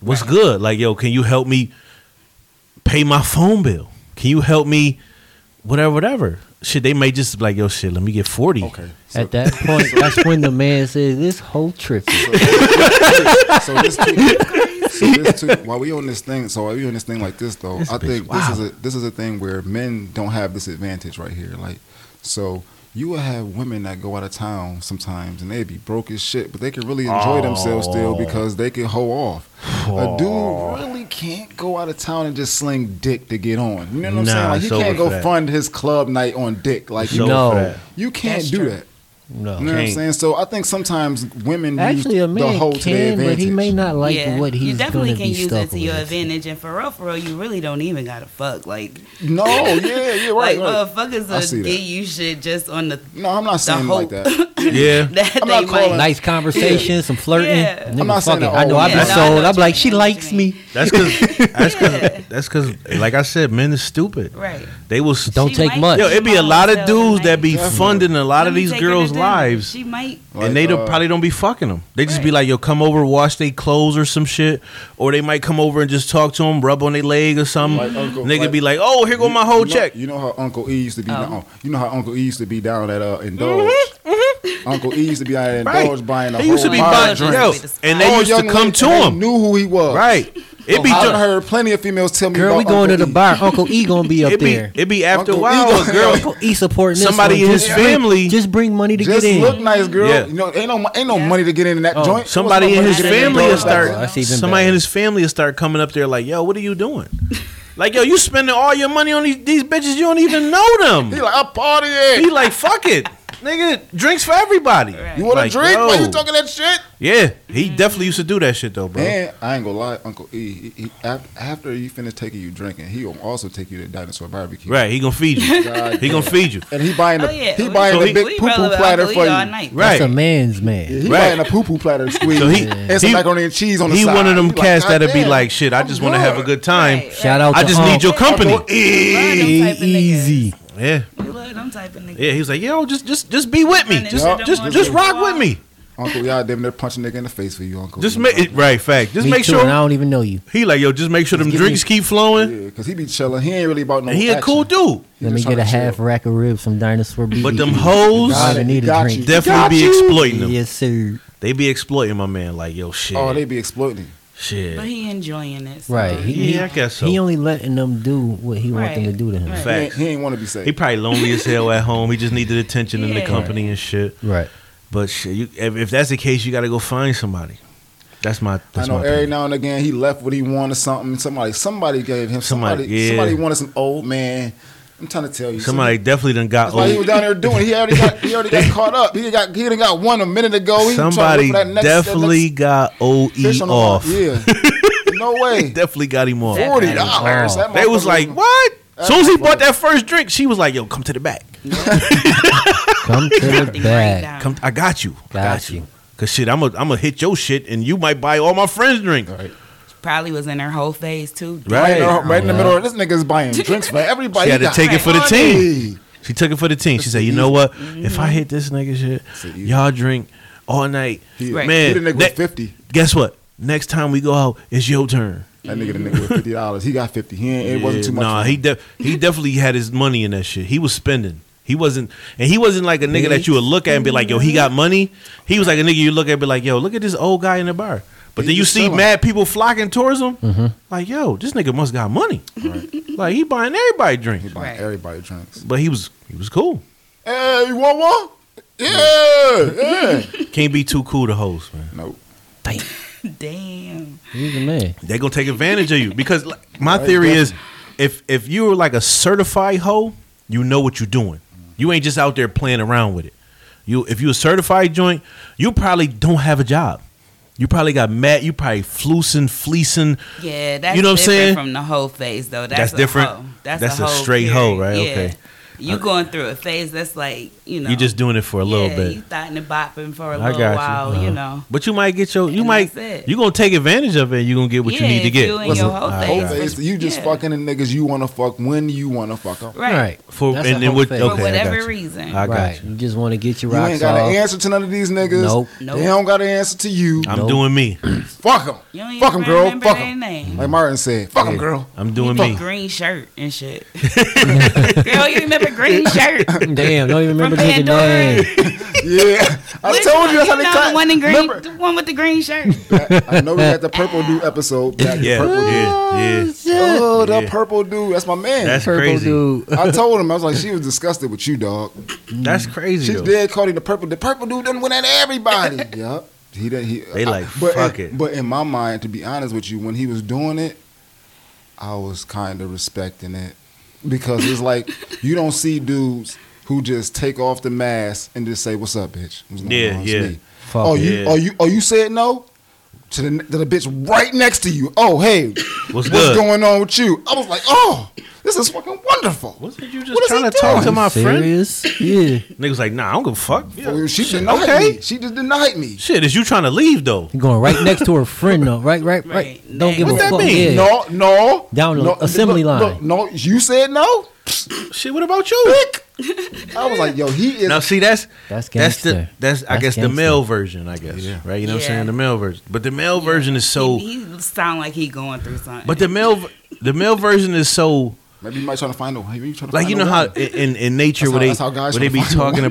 What's good? Like, yo, can you help me pay my phone bill? Can you help me, whatever, whatever." Shit, they may just be like, "Yo, shit, let me get 40.
Okay. So,
At that point, that's when the man says, "This whole trip."
so this too, so this too, while we on this thing, so while we on this thing like this though,
This
I
bitch
think this is
wild.
a this is a thing where men don't have this advantage right here. Like, so you will have women that go out of town sometimes and they be broke as shit, but they can really enjoy themselves
Oh.
still because they can hoe off. A dude really can't go out of town and just sling dick to get on. You know what
Nah,
I'm saying? Like, he
it's over
can't
for
go
that.
fund his club night on dick. Like,
It's over
No.
for that.
you can't
That's
do
true.
that.
No.
You know what I'm
Can't.
saying? So I think sometimes women
Actually,
use
a
the
man
whole to their
can, but he
advantage.
may not like
yeah,
what
you
he's
definitely
going to
can
be
use it
stuck
to your
with.
advantage, and for real, for real, you really don't even gotta fuck. Like,
No, yeah, yeah, right.
like
uh,
right.
motherfuckers
I see
will
that.
get you shit just on the
no, I'm not saying it like
whole-
that.
Yeah.
that
I'm
they
not calling-
might.
Nice conversation, some flirting.
Yeah.
Nigga,
I'm not
fuck
saying
it.
that
I know
all
I be
men-
No, I
sold.
know
I'm like,
what
she
you mean,
likes
what you mean.
me.
That's cause that's cause
Yeah.
that's cause like I said, men is stupid.
Right.
They will. s-
Don't
She
take
might
much.
Yo, it be a lot of
herself
dudes that
might-
be
Definitely.
funding a lot of
Let me
these
take her to
girls'
dinner.
lives.
She might.
Like,
and they don't,
uh,
probably don't be fucking them. They just be
Right.
like, "Yo, come over, wash they clothes or some shit," or they might come over and just talk to them, rub on their leg or something.
Like Uncle-
and they could
like-
be like, "Oh, here go my whole
you know,
check."
You know how Uncle E used to be.
Oh.
Down, you know how Uncle E used to be down at uh, indulge. Uncle E used to be out at
Mm-hmm, Right.
indulge buying a
They
whole
used to be
lot
bottle
buying,
of
buying-
yo,
drinks.
and they
All
used
young
to come
ladies,
to
and they
him,
Knew who he was.
right? It be
I've
ju-
heard plenty of females tell me
Girl,
about
we going to
Uncle
the
E.
bar. Uncle E gonna be up
it be
there.
it be after a
Uncle
while.
Eagle.
A girl,
Uncle E supporting this
Somebody
one.
in
Just
his
bring-
family-
Just bring money to
Just
get in.
look nice, girl.
Yeah.
You know, ain't no ain't no
Yeah.
money to get into that
Oh.
joint.
somebody in
What's
his
my money to get
family
in
will
Indulge back
start.
Oh, that's even
somebody
better.
in his family will start coming up there like, "Yo, what are you doing?" like, "Yo, you spending all your money on these, these bitches. You don't even know them."
He like, I party it.
he like, "Fuck it." Nigga, drinks for everybody.
Right.
You want
Like,
to drink? Why
yo.
you talking that shit?
Yeah, he definitely used to do that shit though, bro.
And I ain't gonna lie, Uncle E. He, he, af- after he finish taking you drinking, he will also take you to dinosaur barbecue.
Right, he gonna feed you.
God
he gonna
damn.
feed you.
And he buying the
Oh yeah,
he
we-
buying
So
the
he-
big
we
poo poo
relevant.
platter
We
for you.
all night.
Right.
That's a man's man.
He
Right.
buying a poo poo platter to squeeze
So he-
and some
he-
macaroni and cheese on the
He
side.
one of them
He like,
cats
"God
that'll be
damn, uh-huh.
like, shit, I just want to have a good time.
Oh, Right.
Shout out
I
to
just need
Unc.
your company.
Uncle E.
Love them type of
Easy.
niggas.
Yeah,
We love them type of niggas.
yeah. He was like, yo, just, just, just be with me.
Running
Just,
shit
just,
on
just
the
rock
wall.
with me.
Uncle, y'all damn near punch a nigga in the face for you, Uncle.
Just
E.
make it right. Fact. Just
Me
make
too, and I
sure
don't even know you.
he like, yo, just make sure them
give me-
drinks keep flowing.
Yeah, cause he be chilling. He ain't really about no.
And he a
action.
cool dude,
He
Let me
just
get a
tryna chill.
half rack of ribs from Dinosaur BBQ.
but them hoes
Got it.
need a
Got
drink.
you. Got
definitely be
you.
exploiting him.
Yes, sir.
They be exploiting my man. Like, yo, shit,
Oh, they be exploiting.
But
shit.
he enjoying it. So.
Right. He, he-
Yeah, I guess so.
He only letting them do what he want them to
Right.
do to him.
Right.
He ain't,
Facts.
he ain't want to be saved.
He probably lonely as hell at home. He just needed attention and the
Yeah.
company and shit.
Right.
But shit, you, if, if that's the case, you got to go find somebody. That's my.
I
That's
know
my
every
opinion.
now and again he left what he wanted something. Somebody somebody gave him
Somebody,
somebody somebody,
yeah.
wanted some old man. I'm trying to tell you.
Somebody definitely done got E.
That's why he was
old.
down there doing. He already got he already got caught up. He got he done got one a minute ago. E, He trying to look
Somebody
for that next- that
definitely
next
got OE
fish on the
off.
line. Yeah. no way.
Definitely got him off.
Forty
Wow.
dollars. That
They was
motherfucker
like, what? As
That
soon as he
motherfucker-
bought that first drink, she was like, yo, come to the back.
Come to the
Something right
back.
now.
Come, I got you. I
Got
got you.
you.
Cause shit, I'm gonna I'm gonna hit your shit, and you might buy all my friends' drinks.
Probably was in her whole phase too.
Right.
Right, in the, right in the middle of this nigga's buying drinks for everybody.
She had
He
to
got
take it for the
money.
team. She took it for the team. She
It's
said,
the
"You
easy-
know what? If I hit this nigga shit,
the easy-
y'all drink all night.
He,
Right.
Man,
he the nigga
ne-
with fifty.
guess what? Next time we go out, it's your turn."
That nigga the nigga with fifty dollars. He got fifty. He ain't, it wasn't
Yeah,
too much.
Nah,
for him.
he de- he definitely had his money in that shit. He was spending. He wasn't, and he wasn't like a
Mm-hmm.
nigga that you would look at and be like, "Yo, he got money." He was like a nigga you look at and be like, "Yo, look at this old guy in the bar." But
He
then you
just
see
chilling.
mad people flocking towards him. Like, yo, this nigga must got money. Like he buying everybody drinks.
He buying
Right.
everybody drinks.
But he was he was cool.
Hey, you want one? Yeah, yeah.
Can't be too cool to host, man.
nope.
Damn,
Damn.
he's a man.
They gonna take advantage of you because like, my
Right,
theory is, if if you were like a certified hoe, you know what you're doing. You ain't just out there playing around with it. You if you a certified joint, you probably don't have a job. You probably got mad. You probably flusing, fleecing.
Yeah, that's
You know what I'm
different
saying?
from the whole phase though. That's,
That's
a
different.
hoe.
That's a
hoe,
straight hoe, right?
Yeah.
Okay.
You going through a phase that's like you know
You're just doing it for a little
yeah,
bit.
You thought and bopping for a
I
little
got you.
while, you,
Uh-huh.
know.
But you might get your. You
And
might.
that's it.
You gonna take advantage of it. and You are gonna get what you
Yeah,
need to
if
get.
you ain't
Listen,
your whole
alright.
thing.
Whole face, you just
Yeah.
fucking the niggas you want to fuck when you want to fuck them.
Right.
For
That's
and
a
then
whole
what?
thing.
Okay,
For
I got
whatever
you.
reason.
I got
right.
you.
You just want to get your
You
rocks
ain't got
off.
an answer to none of these niggas.
Nope.
Nope.
They don't got an answer to you.
I'm
Nope.
doing me.
Fuck them.
You don't even
Fuck them, girl.
remember
Fuck
their
them.
name.
Like Martin said, fuck them,
Yeah.
girl.
I'm doing
Fuck
me.
green shirt and shit. Girl, you remember green shirt?
Damn, don't even
From
remember taking
Pandora.
name.
Yeah, I
Which
told
one?
you that's how they
know
cut.
The one in green,
Remember-
the one with the green shirt.
I know we had the purple dude episode. Back
Yeah,
the purple dude.
yeah, yeah.
Oh, the
Yeah.
purple dude. That's my man.
That's
Purple
crazy.
dude.
I told him I was like, she was disgusted with you, dog.
That's crazy.
She
though.
did call him the purple. The purple dude done went at everybody. yep. He done. He.
They like, fuck
in,
it.
But in my mind, to be honest with you, when he was doing it, I was kind of respecting it because it's like you don't see dudes who just take off the mask and just say, "What's up, bitch?" What's going
Yeah,
on? It's
yeah.
me."
Fuck
Oh,
it.
you.
Yeah.
Oh, you. Oh, you said no. To the, to the bitch right next to you. Oh, hey,
What's
what's
good?
going on with you? I was like, oh, this is fucking wonderful.
Wasn't you just
What is
trying
he
to talk to
doing?
my friend?
Serious? Yeah.
Niggas like, nah, I don't give a fuck.
Well, Oh, she
Shit,
denied
okay.
me. She just denied me.
Shit, is you trying to leave though?
You're going right next to her friend though. Right, right, right.
Right.
Don't give
What
a
that
fuck.
mean?
Yeah.
No, no.
Down the
no,
assembly
look,
line.
look, no, you said no.
Shit, what about you?
I was like, yo, he is.
Now see, that's
That's
the
gangster.
that's I
That's
guess the
gangster.
male version. I guess right. You know what I'm
Yeah.
saying? The male version, but the male version is so.
he, he sound like he going through something.
But the male the male version is so
maybe you might try to find a Maybe you trying to
like
find
you
a
know how
woman.
in, in- in nature where
That's how-
they
that's how guys
where they be
try to find
talking
one.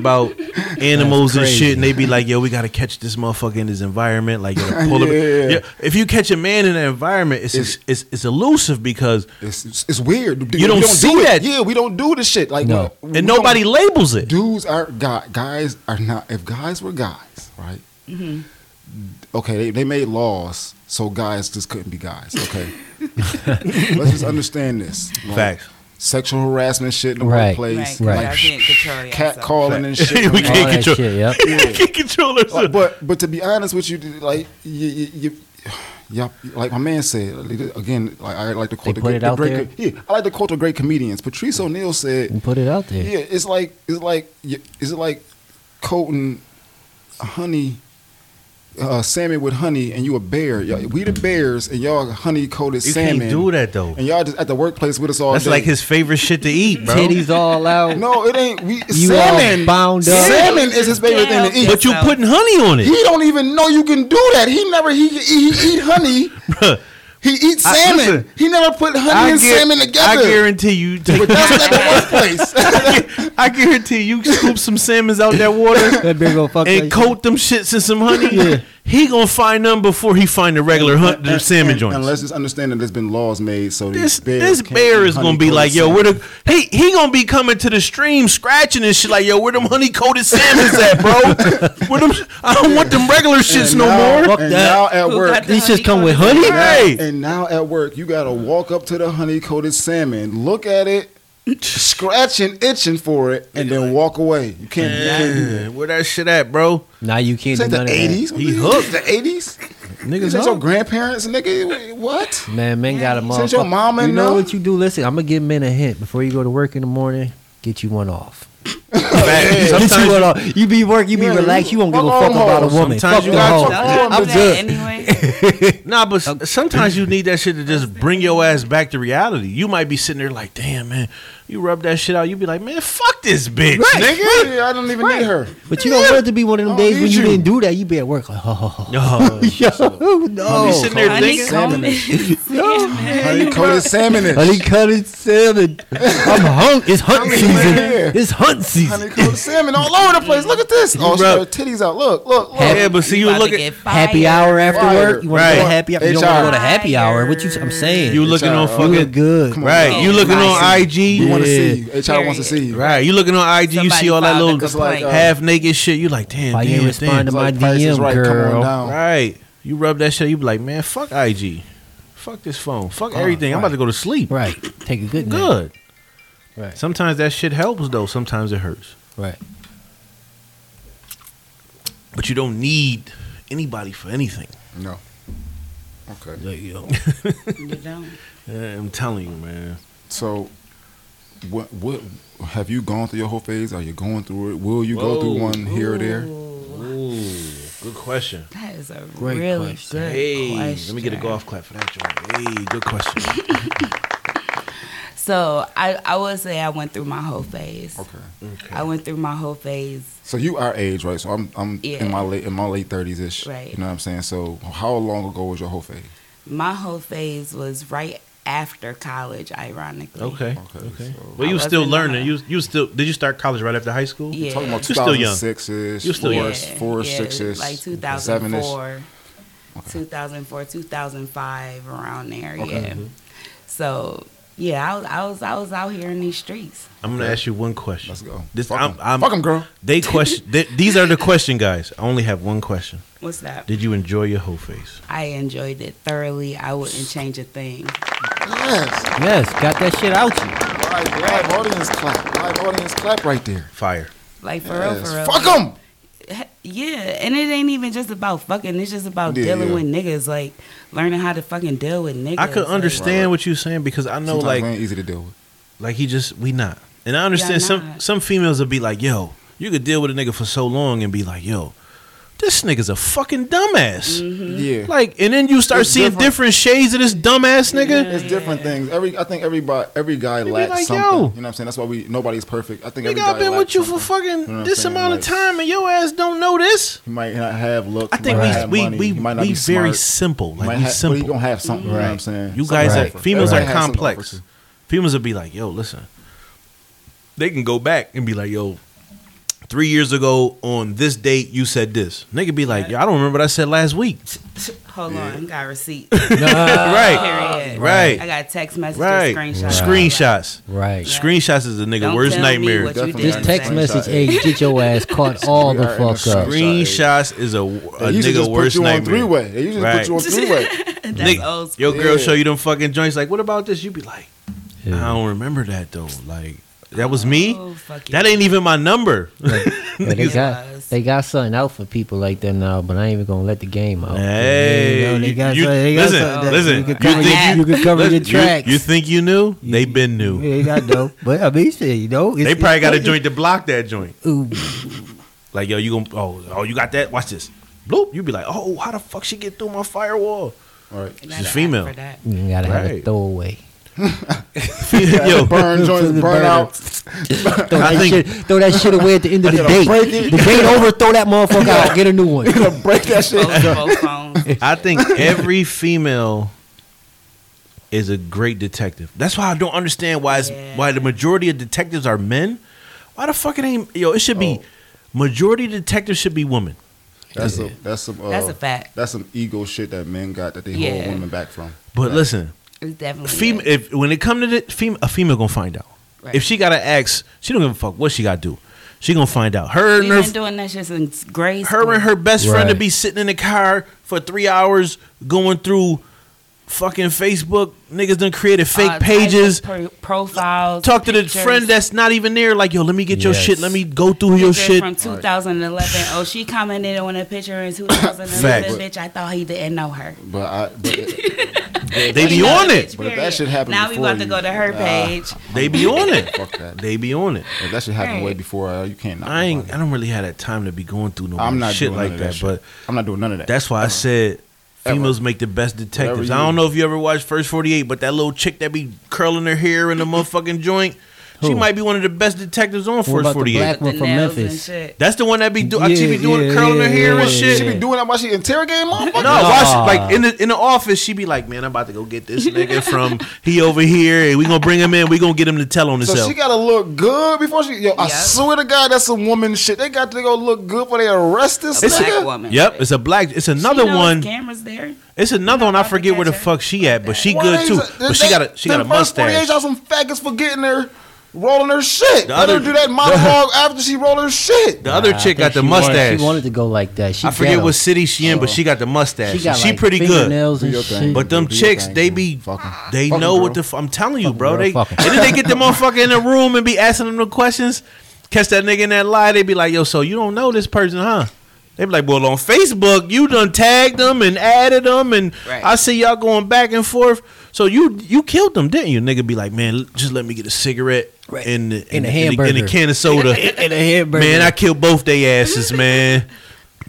about animals and
crazy.
shit, and they be like, "Yo, we gotta catch this motherfucker in his environment." Like, you know, pull him.
Yeah.
Yeah, If you catch a man in an environment, it's it's, it's elusive because
It's, it's, it's weird. You,
don't see
do it.
that.
Yeah, we don't do this shit. Like,
No.
we- we
and nobody
don't-
labels it.
Dudes are guy. Guys are not. If guys were guys, right?
Mm-hmm.
Okay, they, they made laws so guys just couldn't be guys. Okay, let's just understand this. Like,
Facts.
Sexual harassment shit in the
Right.
workplace.
right,
Right.
right. I can't control
Like,
y'all,
cat
so.
calling and shit.
we
Like,
All
can't
that
control.
shit, yep.
we can't control
Uh,
ourselves.
but but to be honest with you, like you, you, you yeah, like my man said like, again. Like I like to quote the
They put
great,
it
the
out
great yeah, I like to quote the great comedians. Patrice O'Neill said,
And put it out there.
"Yeah, it's like it's like y- it's like coating honey." Uh, salmon with honey, and you a bear. Y'all, we the bears, and y'all honey coated
You
salmon.
can't do that though.
And y'all just at the workplace with us all
That's
day.
like his favorite shit to eat, bro.
Titties all out.
No, it ain't. We
You all
salmon.
bound up.
Salmon is his favorite thing to eat.
But you putting honey on
He
it.
don't even know you can do that. He never he he, he eat honey. he eats
I-
salmon.
listen,
he never put honey and
guar-
salmon
I
together.
guarantee you.
but that's not the workplace.
I guarantee you. Scoop some salmons out that water.
That big old fuck.
and
that
coat them shits in some honey, he gonna find them before he find the regular hunt, the salmon
And-
joints.
And let's just understand that there's been laws made so
this
these bears
this
can't
bear
eat
is gonna be
honey-coated
like, yo,
salmon.
where the he he gonna be coming to the stream scratching and shit like, yo, where them honey coated salmons at, bro? where them? I don't want them regular shits
And
no
now-
more.
Fuck
And
that.
now at
Who
work.
got
These just come with
honey
honey.
Hey,
And now at work, you gotta walk up to the honey coated salmon, look at it, scratching, itching for it, and then walk away. You can't. you can't do that.
Yeah, where that shit at, bro?
Now you can't
This
do
ain't the
none
'80s.
of
He
This
hooked.
The '80s.
Niggas
Is that your
know.
grandparents, nigga? What?
that. Man, men got a motherfucker.
Since your mama
you know
know?
what you do? Listen, I'm gonna give men a hint before you go to work in the morning. Get you one off.
Sometimes
Get you one off. You be work. You be
Yeah,
relaxed. You won't give a
fuck
fuck
all
about a
hoes.
woman.
Sometimes
Fuck
you
the
gotta
hoe.
fuck
Don't
Oh, I'm
do that
good.
anyway.
Nah, but s- sometimes you need that shit to just bring your ass back to reality. You might be sitting there like, damn, man, You rub that shit out. You be like, man, fuck this bitch,
Nigga, yeah, I don't even need her.
But you don't want it to be one of them
I don't
days when
need
you,
you.
didn't do that. You be at work like, oh,
nigga. Oh,
yo,
you
no.
sitting there
Honey,
thinking,
comb
Salmon. Honeycoated
it.
Honey
salmonish.
cutted salmon. I'm hung. It's hunt
Honey,
season.
yeah.
It's hunt season.
Honeycoated salmon all over the place. Look at this. Oh, she got her
rub-
titties out. Look, look, look.
yeah, but see, you
about
look
to
at
get
Happy
fired.
hour after
Fire.
work. You want to
Right.
go to happy? You don't want to go to happy
HR.
hour. What you? I'm saying.
you looking on
HR. You
You look
fucking
good.
Come on,
right.
now.
you looking on
Nice.
IG.
We want to
Yeah.
see you. HR wants to see you.
Right, you looking on IG, you see all that
Somebody
little
filed a
like, uh,
half naked shit. You like, damn,
Why you
damn,
ain't respond to
damn.
It's
my
like Price is
DM,
Right, come on
girl?
down.
Right, you rub that shit. You be like, man, fuck IG, fuck this phone, fuck everything. I'm about to go to sleep.
Right. Take a good. nap.
Good.
Right.
Sometimes that shit helps though. Sometimes it hurts.
Right.
But you don't need anybody for anything.
No. Okay.
There you go.
uh,
You don't.
Yeah, I'm telling you, man.
So, what what have you gone through your whole phase? Are you going through it? Will you go through
Whoa.
one here or there?
Ooh, good question.
That is a
Great
really
question.
good
Hey,
question.
let me get a golf clap for that, John. Hey, good question.
So I, I would say I went through my whole phase.
Okay.
I went through my whole phase.
So you our age, right? So I'm I'm
Yeah.
in my late in my late thirties ish.
Right.
You know what I'm saying? So how long ago was your whole phase?
My whole phase was right after college, ironically.
Okay,
Okay,
okay.
so-
Well, you
I
was still
wasn't
learning.
lying.
You was- you was still did you start college right after high school?
Yeah.
Talking about
You're still young.
2006 ish,
You're still young.
four, four, six ish,
like
seven ish.
2004, 2004, 2005, around there. Yeah.
Mm-hmm.
So yeah, I was, I was I was out here in these streets.
I'm gonna ask you one question.
Let's go.
This
Fuck
I'm,
'em.
I'm
Fuck 'em, girl.
They question. th these are the question, guys. I only have one question.
What's that?
Did you enjoy your whole face?
I enjoyed it thoroughly. I wouldn't change a thing.
Yes.
Yes. Got that shit out you.
Live, live audience clap. Live audience clap right there.
Fire.
Like for real,
Yes.
for real.
Fuck them.
Yeah, and it ain't even just about fucking. It's just about
Yeah,
dealing
yeah.
with niggas, like learning how to fucking deal with niggas.
I could
like-
understand what you're saying because I know,
Sometimes we
like,
ain't easy to deal with.
like he just we not. And I understand some
not.
some females will be like, "Yo, you could deal with a nigga for so long and be like, yo, this nigga's a fucking dumbass."
Mm-hmm.
Yeah.
Like, and then you start
Mm-hmm. It's
seeing
different.
different shades of this dumbass nigga.
It's different things. Every I think everybody every guy
be
lacks
like,
something.
yo.
You know what I'm saying? That's why we nobody's perfect. I think every
Nigga,
guy
I've been with
lacks
you for
something.
fucking
You know what I'm
this
saying?
amount of
Like,
time, and your ass don't know this.
He might not have looks.
I think we-
he might not have
we-
money,
we-
he might not
we
be
very
smart.
simple,
He
like,
might
we
have, But
simple.
he gonna have something. You know what I'm
Right.
saying?
You
Something
guys
to
are
offer.
females
Everybody
are
has something to
complex.
offer
Females will be like, yo, listen. They can go back and be like, yo, three years ago on this date you said this. Nigga be like, yo, I don't remember what I said last week.
Hold on, got receipt.
right.
Period.
Right.
I got text messages,
Right.
screenshots.
Screenshots.
Right.
Screenshots is a nigga
Don't
worst
tell
nightmare.
Me what
Definitely.
you
This
did.
Right.
text
Right.
message,
Right.
hey, get your ass caught all
We
the
are in
fuck
a
up.
screen.
Screenshots is a,
Oh, They
a
usually
nigga
just put
worst
you on
nightmare.
three way. They usually
Right.
put you on three way.
That's old
Nigga,
school.
your girl
Yeah.
show you them fucking joints. Like, what about this? You be like,
Yeah.
I don't remember that though. Like, that was me.
Oh, fuck
that
yeah.
ain't even my number.
Yeah, they
Yes.
got they got something out for people like that now, but I ain't even gonna let the game out.
Hey,
you know, they
you-
got
you-
something- they got
listen,
something that
listen,
You
you
can cover,
think
your-
you-
you can cover
Listen,
your tracks.
You, you think you knew? they been new.
yeah, they got dope, but I mean, shit, you know,
They
it's-
probably got a
it's-
joint to block that joint.
Ooh.
Like, yo, you gonna oh oh you got that? Watch this. Bloop. You be like, oh, how the fuck she get through my firewall?
All right.
And I got
female.
for that.
You gotta have a
Right.
throwaway.
yo,
Burn
To
joints, burn
the burner.
out.
Throw
I
that,
think-
shit, throw that shit away at the end of the
Gonna
day.
break it.
The date over, throw that motherfucker out, get a new one.
Break that shit.
Both, both phones.
I think every female is a great detective. That's why I don't understand why it's,
Yeah.
why the majority of detectives are men. Why the fuck it ain't yo? It should be
Oh.
majority detectives should be women.
That's a that's some
Oh.
uh,
That's a fact.
That's some ego shit that men got that they
Yeah.
hold women back from.
But listen,
It's definitely
Fem-
it.
if when it come to the fem- a female gonna find out.
Right.
If she gotta ask, she don't give a fuck what she gotta do. She gonna find out. Her
We've
and
been
her,
doing that shit since grade
her and her best friend to
Right.
be sitting in the car for three hours going through fucking Facebook. Niggas done created
Uh,
fake pages.
profiles.
Talk to the
pictures.
friend that's not even there. Like yo, let me get your
Yes.
shit. Let me go through your
Picture
shit.
from 2011. Oh, she commented on a picture in 2011.
Facts.
Bitch, I thought he didn't know her.
But I but it,
They be on it.
But if that shit happened
now we
before
about to
you-
go to her
Nah.
page.
They be on it.
fuck that.
They be on it.
If that shit happened way
Right.
before uh, you can't. knock
I ain't.
nobody.
I don't really have that time to be going through no
I'm not
shit
doing
like
none of
that.
that shit.
But
I'm not doing none of that.
That's why I said
Ever.
females make the best detectives.
Whatever
I
you-
don't know if you ever watched First 48, but that little chick that be curling her hair in the motherfucking joint, She
Who?
might be one of the best detectives on Force
about the
Forty Eight.
black- One
the
from
nails and
Memphis.
shit.
That's the one that be doing. she be
Yeah,
doing
yeah,
curling her hair
yeah,
and
yeah,
shit.
She be doing that while she interrogating motherfuckers.
No, why she-
Nah.
like in the in the office, she be like, "Man, I'm about to go get this nigga from he over here, and we gonna bring him in. We gonna get him to tell on
So
himself."
she gotta look good before she. Yo, I
Yep.
swear to God, that's some woman shit. They got to go look good before they arrest this
A black
nigga.
woman.
yep, it's a black. It's
She
another
knows
one.
Cameras there.
It's another one. I
I'll
forget where the
catch her.
fuck she at, but she
Why
good
they-
too.
they-
But she got a she got a
the first 48
mustache.
Y'all some faggots for getting her rolling her shit.
The
Let
other-
her do that monologue after she rolled her shit.
The other
I
chick got
think
the
she wanted-
mustache.
she wanted to go like that. She
I forget
ghetto. Oh.
what city she in, but she got the mustache.
She
She,
got like
pretty good.
fingernails and
Do your thing.
shit.
But them
Do your
chicks,
thing,
they
girl.
be,
Fuck 'em.
they
Fuck 'em,
know what
girl.
the. F- I'm telling you, bro.
girl,
They
fuck
and
'em.
then they get the motherfucker in the room and be asking them the questions. Catch that nigga in that lie. They be like, yo, so you don't know this person, huh? They be like, well, on Facebook, you done tagged them and added them, and
Right.
I see y'all going back and forth. So you you killed them, didn't you? Nigga be like, man, l- just let me get a cigarette and, the,
And a
and
hamburger.
a can of soda.
and a hamburger.
man, I killed both they asses, man.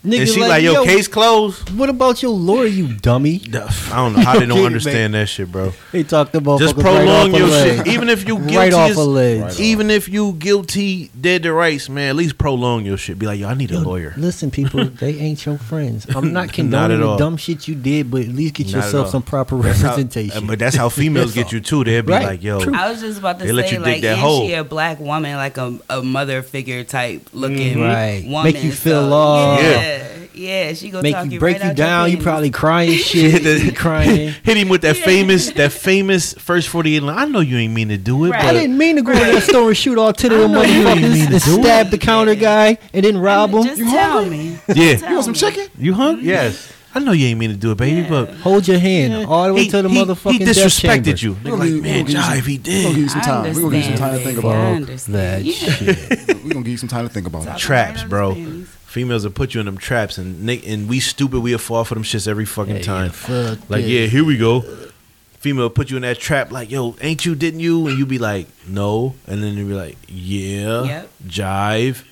Nigga,
and she like, yo, case closed.
What about your lawyer, you dummy?
Duh, I don't know how they don't
Kidding,
understand that shit, bro.
They talked about
Just prolong your shit. Even if you guilty,
right off
as-
a ledge.
even if you guilty dead to rights, man, at least prolong your shit. Be like, yo, I need a lawyer.
Listen, people, they ain't your friends. I'm not condoning
at all.
the dumb shit you did, but at least get
Not at
yourself
all.
some proper
That's how-
representation.
but that's how females
That's
get you too. They'll be
Right.
like, yo,
True.
I was just about to
They let you
say,
dig
like,
that
is
hole.
she a black woman, like a, a mother figure type looking
Mm-hmm. Right.
woman?
Make you feel
so,
all-
Yeah, yeah. She gonna
Make
talk
you break
right
you
out your
down. You
panties.
probably crying shit. you crying.
hit him with that
Yeah.
famous that famous first forty eight line. I know you ain't mean to do it,
Right.
but
I didn't mean to go in that store and shoot all ten of them
I know you didn't mean
motherfuckers
to
and
do it.
stab the counter guy and then rob him.
Just tell me.
yeah,
You want some chicken?
you hung. Yes, I know you ain't mean to do it, baby,
Yeah.
but.
Hold your hand all the way
he,
to the
he-
motherfucking
he
death chamber.
disrespected you. They're
We're
Like,
gonna-
man,
we're gonna give you
Jive, he
We're gonna give you
did.
some time. We're gonna give you some time to think
Fuck
about it.
That
understand. Yeah.
shit.
We're gonna give you some time to think about it.
Traps, bro.
Understand.
Females will put you in them traps, and they, and we stupid, we'll fall for them shits every fucking
Yeah,
time.
fuck
like,
yeah.
yeah, here we go. Female put you in that trap, like, yo, ain't you, didn't you? And you be like, no. And then you be like, yeah,
Yep.
jive.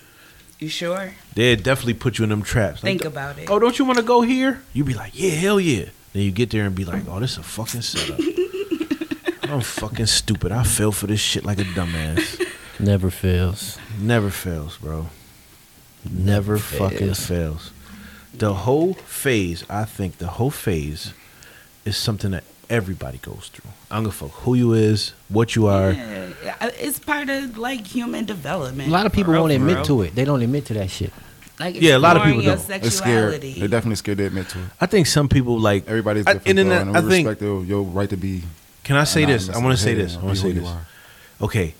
You sure?
They definitely put you in them traps. Like,
Think about it.
oh, don't you want to go here? You be like, yeah, hell yeah. Then you get there and be like, oh, this is a fucking setup. I'm fucking stupid. I fell for this shit like a dumbass.
Never fails.
Never fails, bro.
Never
Never fucking fails. The whole phase, I think the whole phase is something that everybody goes through. I don't give a fuck who you is, what you are.
Yeah. I- It's part of like human development.
A lot of people
bro,
won't
for
admit
real.
to it. They don't admit to that shit.
Like
Yeah, a lot of
exploring
people
your
don't.
They're scared.
sexuality.
They're definitely scared to admit to it.
I think some people like
Everybody's
I-
different,
and
bro,
then
and
I
we
think
respect your, your right to be.
can I say this?
anonymous
I want
and
to say
hidden
this. I
and
want
be
to
who
say
you
this.
are.
Okay,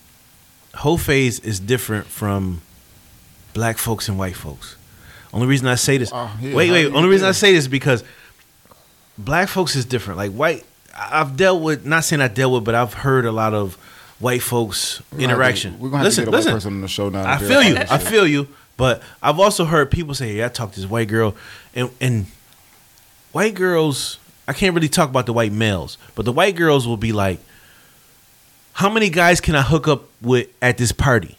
whole phase is different from black folks and white folks. Only reason I say this,
Oh, yeah,
wait,
how
wait.
you
Only reason I
feel?
say this is because black folks is different. Like white, I- I've dealt with. Not saying I dealt with, but I've heard a lot of white folks
We're gonna have to-
interaction.
We're gonna have
listen,
to get a white
listen.
person on the show now. to
I feel
verify
you.
this
I
shit.
feel you. But I've also heard people say, "Yeah, I talked to this white girl," and and white girls. I can't really talk about the white males, but the white girls will be like, "How many guys can I hook up with at this party?"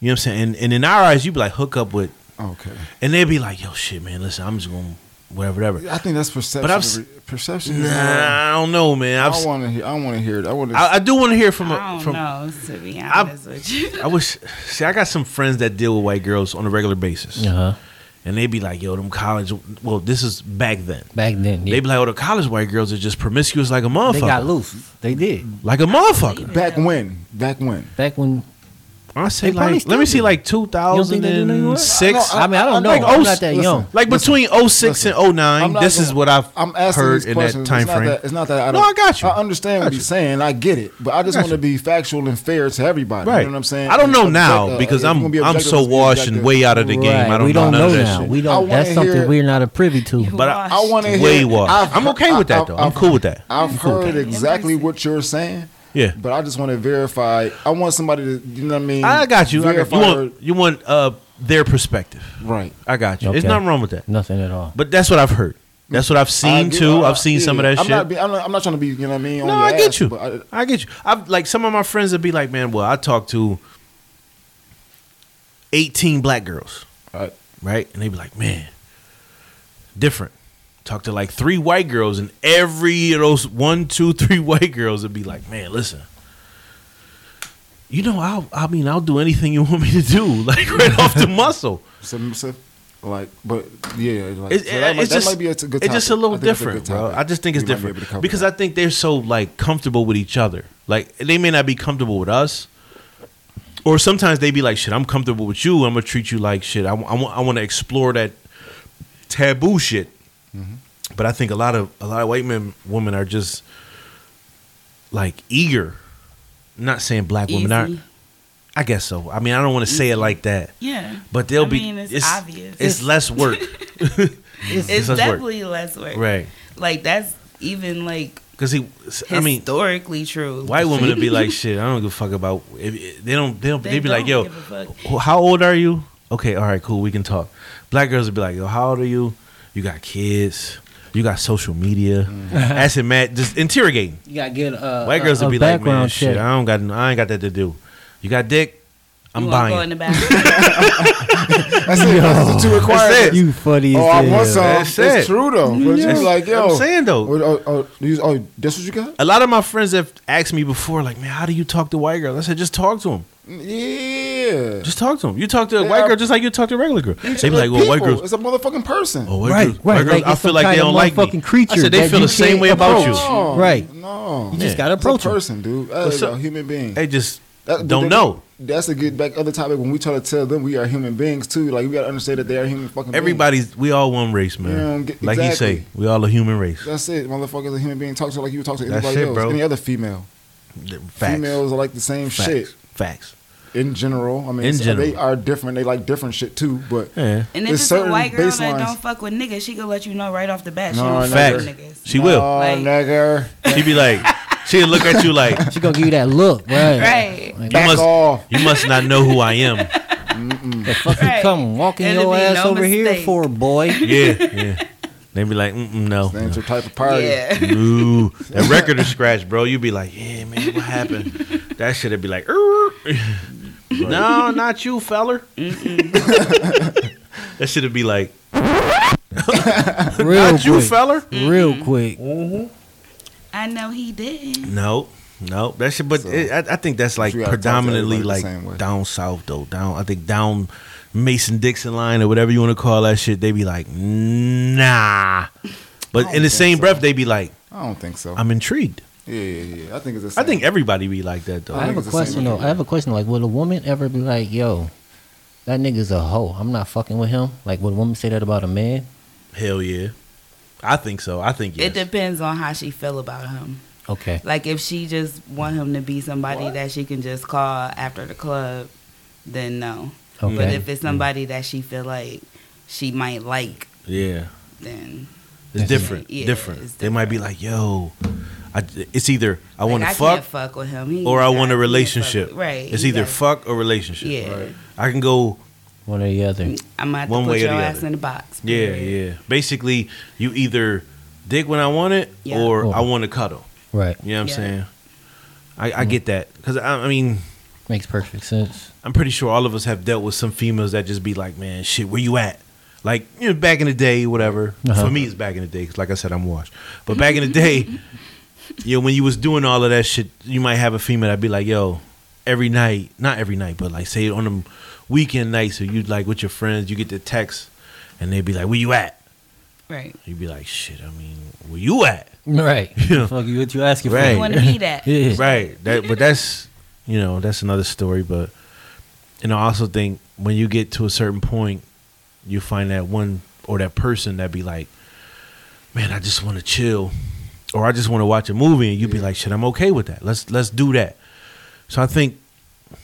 You know what I'm saying? And, and in our eyes, you'd be like, "Hook up with,"
Okay.
and they'd be like, "Yo, shit, man, listen, I'm just going to whatever, whatever."
I think that's perception.
I've s-
perception. is, uh,
Nah, I don't know, man.
I
I've,
don't
si
want to hear. I want to hear it. I want to.
I, I do want to hear from
I
a,
don't
from
know, to be honest with you.
I wish. See, I got some friends that deal with white girls on a regular basis,
Uh huh.
and they be like, "Yo, them college." Well, this is back then.
Back then, yeah.
They be like, "Oh, the college white girls are just promiscuous like a motherfucker,
they got loose. They did.
like a motherfucker."
back when. Back when.
Back when
I say
They probably
like,
still
let me
do.
see, like two
think
thousand
they do no more?
and six,
I mean, I don't know.
Like,
I'm
oh,
not that
listen.
young.
like between 06 and 09
I'm not
This is
gonna-
what I've
I'm asking
heard
these
in that
questions.
time
it's
frame.
Not that, it's not that I
No,
don't.
I got you.
I understand
Got
what
you.
he's saying. I get it, but I just
Got
want to
you.
be factual and fair to everybody.
Right.
You know what I'm saying?
I don't know
And
now
objective-
because
if
I'm
you're gonna be
I'm
objective,
so
let's be
washed and
objective.
way out of the game. I
Right.
don't,
we don't
know,
know,
none of that
now.
shit.
We
I
don't.
wanna
That's something
hear-
we're not a privy to.
You
But
washed.
I want to hear.
Way washed.
I've-
I'm okay with that, though. I'm cool with that.
I've heard
Okay.
exactly what you're saying.
Yeah.
But I just want to verify. I want somebody to, you know what I mean?
I got you. I got,
Verify
you want you want uh their perspective.
her- right.
I got you. There's
Okay.
nothing wrong with that.
Nothing at all.
But that's what I've heard. That's what I've seen
I get-
too.
I-
I've seen
yeah.
some of that
I'm
shit.
Not be, I'm, not, I'm not trying to be, you know what I mean? on
no,
your
I get
ass,
you.
but uh, I-
I, get you. I've like some of my friends would be like, man, well, I talked to eighteen black girls,
Right.
right? And they'd be like, man, different. Talked to like three white girls, and every of those one, two, three white girls would be like, man, listen, you know, I'll, I mean, I'll do anything you want me to do, like right off the muscle.
So, so, like, but yeah, like,
It,
so that,
it-
might,
it's
that
just,
might be a t- good.
it's just a
topic.
little
I think it's a
different,
good
bro.
topic.
I just think it's
We might be
different
able to cover
because
that.
I think they're so like comfortable with each other. Like they may not be comfortable with us, or sometimes they be like, "Shit, I'm comfortable with you. I'm gonna treat you like shit. I, w- I, want, I want to explore that taboo shit."
Mm-hmm.
But I think a lot of a lot of white men, women are just like eager. I'm not saying black women
Easy.
aren't. I guess so. I mean, I don't want to say it like that,
Yeah.
but they'll
I
be.
mean, it's obvious.
It's less work,
It's,
It's less work.
definitely less work.
right?
Like that's even like
Because he, I mean,
historically true.
White women would be like, "Shit, I don't give a fuck about." If, if- they don't. They don't. They
They
would be like,
don't
"Yo,
give a fuck.
wh- how old are you?" Okay, all right, cool, we can talk. Black girls would be like, "Yo, how old are you? You got kids. You got social media."
Mm-hmm.
That's it, Matt. Just interrogating.
You gotta get a
White
a-
girls
a
would be like,
background
"Man, shit,
check.
I don't got. I ain't got that to do. You got dick. I'm
you wanna Go in
buying."
the back.
That's it. That's the two requirements.
You funny as
Oh, I
hell.
want some.
That's
it's
it.
true though. But
That's-
you like, yo,
I'm saying though,
Oh, oh, oh, you- oh, that's what you got?
a lot of my friends have asked me before, like, "Man, how do you talk to white girls?" I said, "Just talk to them.
Yeah.
Just talk to them. You talk to a
They
white
are-
girl just like you talk to a regular girl." They be like, "Well,
people,
white girls."
It's a motherfucking person.
Oh, white
Right,
girls,
right,
white girls,
like
I
it's
feel
some
like they
kind of
don't like me.
motherfucking creature
I said they
that
feel
you
the same
can't
way about
approach.
you.
No,
Right.
No.
You just
Yeah.
gotta
It's a
approach him.
person, dude. Hey,
What's
yo,
up?
human being.
They just
That- Mm.
don't
that-
know.
That's a good back other topic when we try to tell them we are human beings too. Like we gotta understand that they are human fucking. beings.
Everybody's we all one race, man.
You know, get-
Like you
exactly.
say, we all a human race.
That's it. Motherfuckers, a human being talks to her like you would talk to
That's
anybody
it,
else,
bro.
any other female.
Facts.
Females are like the same
Facts.
shit
Facts.
in general. I mean,
In
so they
general.
are different. They like different shit too. But
Yeah.
And if
There's
it's a
certain
white girl that
baselines.
don't fuck with niggas, she could let you know right off the bat. She
No,
don't fuck
Facts.
with niggas.
She
Oh,
will.
Like-
nigger,
She be like, she'll look at you like,
She gonna give you that look, right?
Right.
Like,
you
back
must,
off.
you must not know who I am.
fucking
Right.
come walking
It'll
your
be
ass
no
over here
mistake.
for boy.
Yeah, yeah. They be like, Mm-mm, no.
That's your type of party.
Yeah.
Ooh, that record is scratched, bro. You be like, yeah, man, what happened? That shit would be like, "Er." no, not you, feller. that shit would be like,
Oh,
Real
not you,
quick.
feller.
Real quick.
I know he didn't.
No, no, that shit. But
So-
it, I, I think that's like
you gotta talk to
predominantly
everybody
like
the same way.
down south though. Down, I think down Mason Dixon line or whatever you want to call that shit. They be like, nah. But in
don't
the same
think so.
breath, they be like,
I don't think so.
I'm intrigued.
yeah, yeah, yeah. I think it's the
I
same.
think everybody be like that though.
I
I have
think
a
it's the same with
question though. I
everybody.
have a question. Like, would a woman ever be like, "Yo, that nigga's a hoe. I'm not fucking with him." Like, would a woman say that about a man?
Hell yeah. I think so. I think yes.
It depends on how she feel about him.
Okay.
Like if she just want him to be somebody that she can just call after the club, then no.
Okay.
But if it's
Mm.
somebody that she feel like she might like,
yeah.
then
It's different.
Yeah,
different.
it's
They might be like, yo, I, it's either I
like,
want to
can't
fuck
fuck with him, He-
or I want a
can't fuck-
relationship.
Right.
It's
you
either
gotta-
fuck or relationship.
Yeah.
I can go
One or the other.
I'm gonna have
One
to
way
put
or
your
the
ass
other.
in the box.
Yeah, yeah. Basically, you either dig when I want it
Yeah.
or
Oh.
I want to cuddle.
Right.
You know what
Yeah.
I'm saying? I, I get that. Because, I, I mean,
Makes perfect sense.
I'm pretty sure all of us have dealt with some females that just be like, man, shit, where you at? Like, you know, back in the day, whatever.
Uh-huh.
For me, it's back in the day because, like I said, I'm washed. But back in the day, you know, when you was doing all of that shit, you might have a female that'd be like, yo, every night, not every night, but like, say on them weekend nights, or you like with your friends, you get the text and they'd be like, where you at?
Right.
You'd be like, shit, I mean, where you at?
Right.
Yeah.
Fuck you. What you asking
Right.
You
for?
want to be that.
Yeah.
Right. That but that's you know, that's another story, but and I also think when you get to a certain point, you find that one or that person that be like, Man, I just wanna chill or I just wanna watch a movie and you be like, Shit, I'm okay with that. Let's let's do that. So I think uh,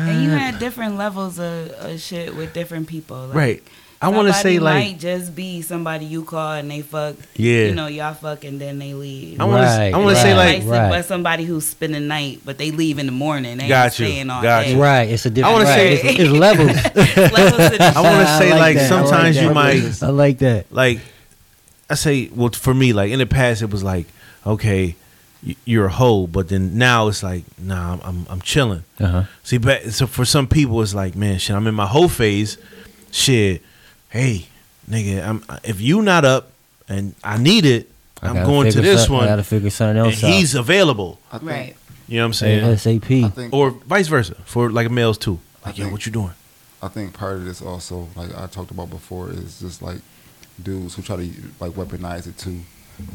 And you
Mm.
had different levels of, of shit with different people. Like,
right. I wanna
somebody
say like
might just be somebody you call and they fuck.
Yeah.
You know, y'all fuck and then they leave.
I wanna
Right,
I wanna say
right.
like
Like, but somebody who's spending the night, but they leave in the morning. They
Got
ain't
you,
Staying all
got
day.
you.
Right. It's a different.
wanna
right.
say-
it's, it's levels.
Levels to the
I wanna
I
say like,
like that. I like
sometimes
that.
you might
I like that.
like I say, well, for me, like in the past, it was like, okay, y- you're a hoe, but then now it's like, nah, I'm I'm, I'm chilling.
Uh huh.
See, but so for some people, it's like, man, shit, I'm in my hoe phase. Shit, hey, nigga, I'm if you not up and I need it, I'm going to this
I
one,
gotta figure something
and
else out.
he's available.
I think,
Right.
You know what I'm saying?
I
ASAP.
think
Or vice versa for like males too. Like, yo,
think-
what you doing?
I think part of this also, like I talked about before, is just like dudes who try to like weaponize it too.